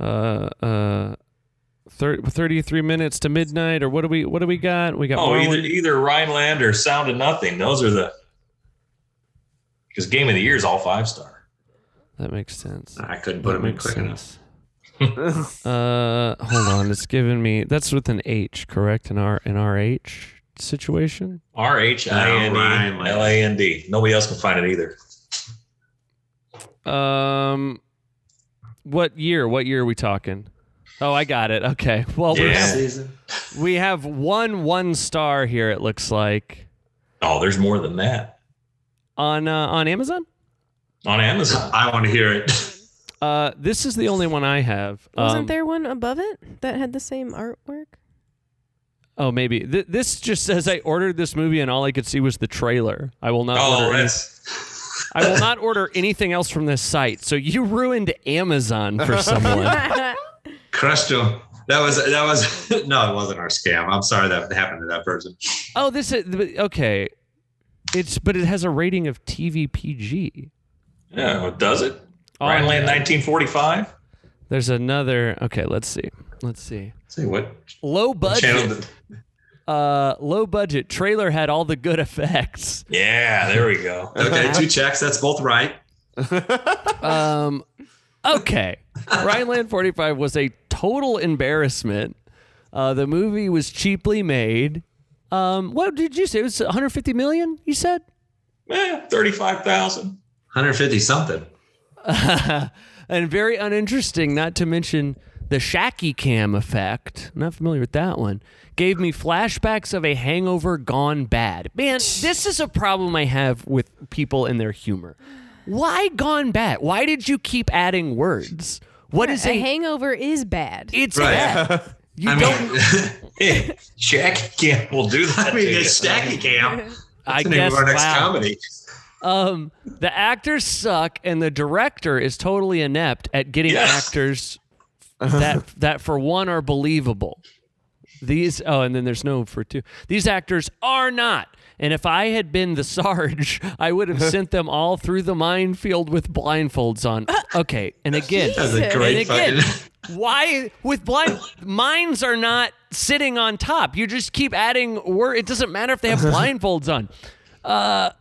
Speaker 1: uh uh 30, 33 minutes to midnight or what do we what do we got? We got
Speaker 4: Oh, either
Speaker 1: Marlon-
Speaker 4: either Rhineland or Sound of Nothing. Those are the because Game of the Year is all five star.
Speaker 1: that makes sense.
Speaker 5: e- I couldn't put
Speaker 1: That
Speaker 5: him in
Speaker 1: makes
Speaker 5: quick enough.
Speaker 1: sense. *laughs* uh hold on, it's giving me that's with an H, correct? An R an RH situation?
Speaker 4: R H I N
Speaker 5: Rhineland.
Speaker 4: E L A N D. Nobody else can find it either.
Speaker 1: Um what year? What year are we talking? Oh, I got it. Okay. Well, we're-
Speaker 4: Yeah.
Speaker 5: Season.
Speaker 1: we have one one star here it looks like
Speaker 4: Oh, there's more than that
Speaker 1: on uh, on Amazon.
Speaker 4: on Amazon.
Speaker 5: I want to hear it.
Speaker 1: Uh, this is the only one I have.
Speaker 3: Wasn't
Speaker 1: Um,
Speaker 3: there one above it that had the same artwork?
Speaker 1: Oh, maybe Th- this just says I ordered this movie and all I could see was the trailer. *laughs* I will not.
Speaker 4: Oh,
Speaker 1: order any-
Speaker 4: that's
Speaker 1: I
Speaker 4: *laughs*
Speaker 1: will not order anything else from this site. So you ruined Amazon for
Speaker 3: *laughs*
Speaker 4: *laughs*
Speaker 1: someone.
Speaker 5: Crushed him. That was that was *laughs* no, it wasn't our scam. I'm sorry that happened to that person.
Speaker 1: oh, this is but- okay. It's but it has a rating of TVPG.
Speaker 4: yeah. It does it?
Speaker 1: Oh,
Speaker 4: Rhineland 1945.
Speaker 1: There's another. Okay, let's see. Let's see.
Speaker 5: Say what?
Speaker 1: Low
Speaker 4: Channel.
Speaker 1: budget.
Speaker 4: the-
Speaker 1: Uh, low budget trailer had all the good *laughs* effects.
Speaker 4: Yeah, there we go.
Speaker 5: Okay, two checks. That's both right.
Speaker 1: Um, okay. Rhineland 45 was a total embarrassment. Uh, the movie was cheaply made. Um, what did you say? It was 150 million, you said?
Speaker 4: Yeah, thirty-five thousand.
Speaker 5: 150 something.
Speaker 1: and very uninteresting, not to mention the shaky cam effect. Not familiar with that one. Gave me flashbacks of a hangover gone bad. Man, this is a problem I have with people and their humor. Why gone bad? Why did you keep adding words? What is
Speaker 3: a
Speaker 1: a
Speaker 3: hangover is bad.
Speaker 1: It's
Speaker 5: Right.
Speaker 1: bad.
Speaker 5: *laughs*
Speaker 1: You
Speaker 5: I
Speaker 1: don't.
Speaker 5: *laughs* mean,
Speaker 4: Hey, Jack can't. We'll do that.
Speaker 5: I mean,
Speaker 4: to you.
Speaker 5: it's Stacky Cam.
Speaker 1: I
Speaker 5: That's the name
Speaker 1: guess.
Speaker 5: of our next
Speaker 1: wow.
Speaker 5: comedy.
Speaker 1: Um, the actors suck, and the director is totally inept at getting
Speaker 5: *laughs*
Speaker 4: Yes.
Speaker 5: Uh-huh.
Speaker 1: actors that that for one are believable. These oh, and then there's no for two. These actors are not. And if I had been the Sarge, I would
Speaker 5: Uh-huh.
Speaker 1: have sent them all through the minefield with blindfolds
Speaker 5: *laughs*
Speaker 1: on. Okay, and again,
Speaker 5: That's a
Speaker 1: and
Speaker 5: great
Speaker 1: again,
Speaker 5: fucking.
Speaker 1: *laughs* why with blind mines are not sitting on top? You just keep adding word. It doesn't matter
Speaker 5: *laughs*
Speaker 1: if they have blindfolds on. Uh,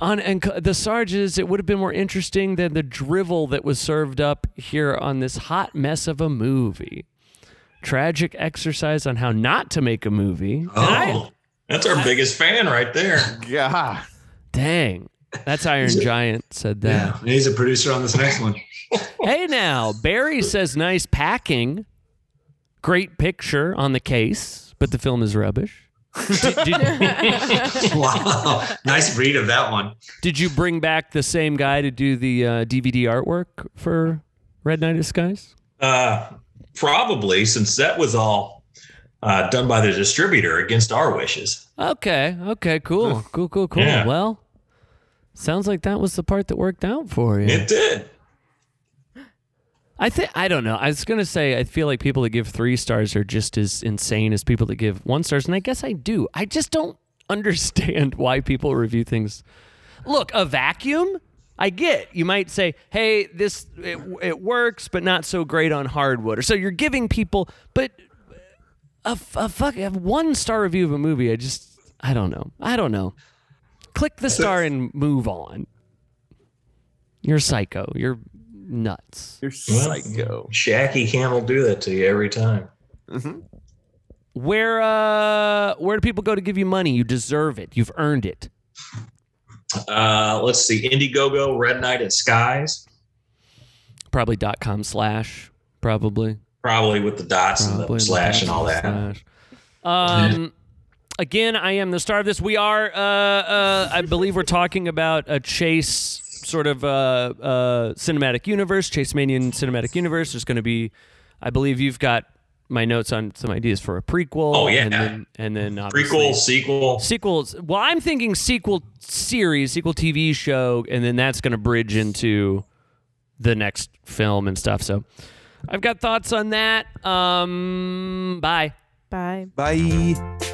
Speaker 1: on and c- the Sarges, it would have been more interesting than the drivel that was served up here on this hot mess of a movie. Tragic exercise on how not to make a movie.
Speaker 5: Oh,
Speaker 4: That's our biggest fan right there.
Speaker 6: Yeah.
Speaker 1: Dang. That's Iron
Speaker 5: *laughs*
Speaker 1: Giant said that.
Speaker 5: yeah. He's a producer on this next one.
Speaker 1: Hey now, Barry says nice packing. Great picture on the case, but the film is rubbish. Did, did-
Speaker 3: *laughs*
Speaker 5: wow. Nice read of that one.
Speaker 1: did you bring back the same guy to do the uh, DVD artwork for Red Knight of Skies?
Speaker 4: Uh, probably since that was all uh, done by the distributor against our wishes.
Speaker 1: Okay, okay, cool, cool, cool, cool.
Speaker 4: Yeah.
Speaker 1: Well, sounds like that was the part that worked out for you.
Speaker 4: It did.
Speaker 1: I think I don't know. I was gonna say I feel like people that give three stars are just as insane as people that give one stars, and I guess I do. I just don't *laughs* understand why people review things. Look, a vacuum. I get you might say, "Hey, this it, it works, but not so great on hardwood." Or so you're giving people, but a, f- a fuck a one star review of a movie. I just I don't know. I don't know. Click the star and move on. You're psycho. You're nuts.
Speaker 6: You're psycho.
Speaker 4: Shacky Cam will do that to you every time.
Speaker 1: Where uh where do people go to give you money? You deserve it. You've earned it.
Speaker 4: Uh, let's see. Indiegogo, Red Knight at Skies,
Speaker 1: Probably dot com slash. Probably.
Speaker 4: probably with the dots and
Speaker 1: Probably
Speaker 4: the slash and all that.
Speaker 1: Slash. Um again, I am the star of this. We are uh uh I believe we're talking about a chase sort of uh uh cinematic universe, Chase Manian cinematic universe. There's gonna be I believe you've got my notes on some ideas for a prequel.
Speaker 4: Oh, yeah.
Speaker 1: And then and then obviously-
Speaker 4: Prequel, sequel.
Speaker 1: sequels. Well, I'm thinking sequel series, sequel TV show, and then that's going to bridge into the next film and stuff. So I've got thoughts on that. Um, bye.
Speaker 3: Bye.
Speaker 6: Bye.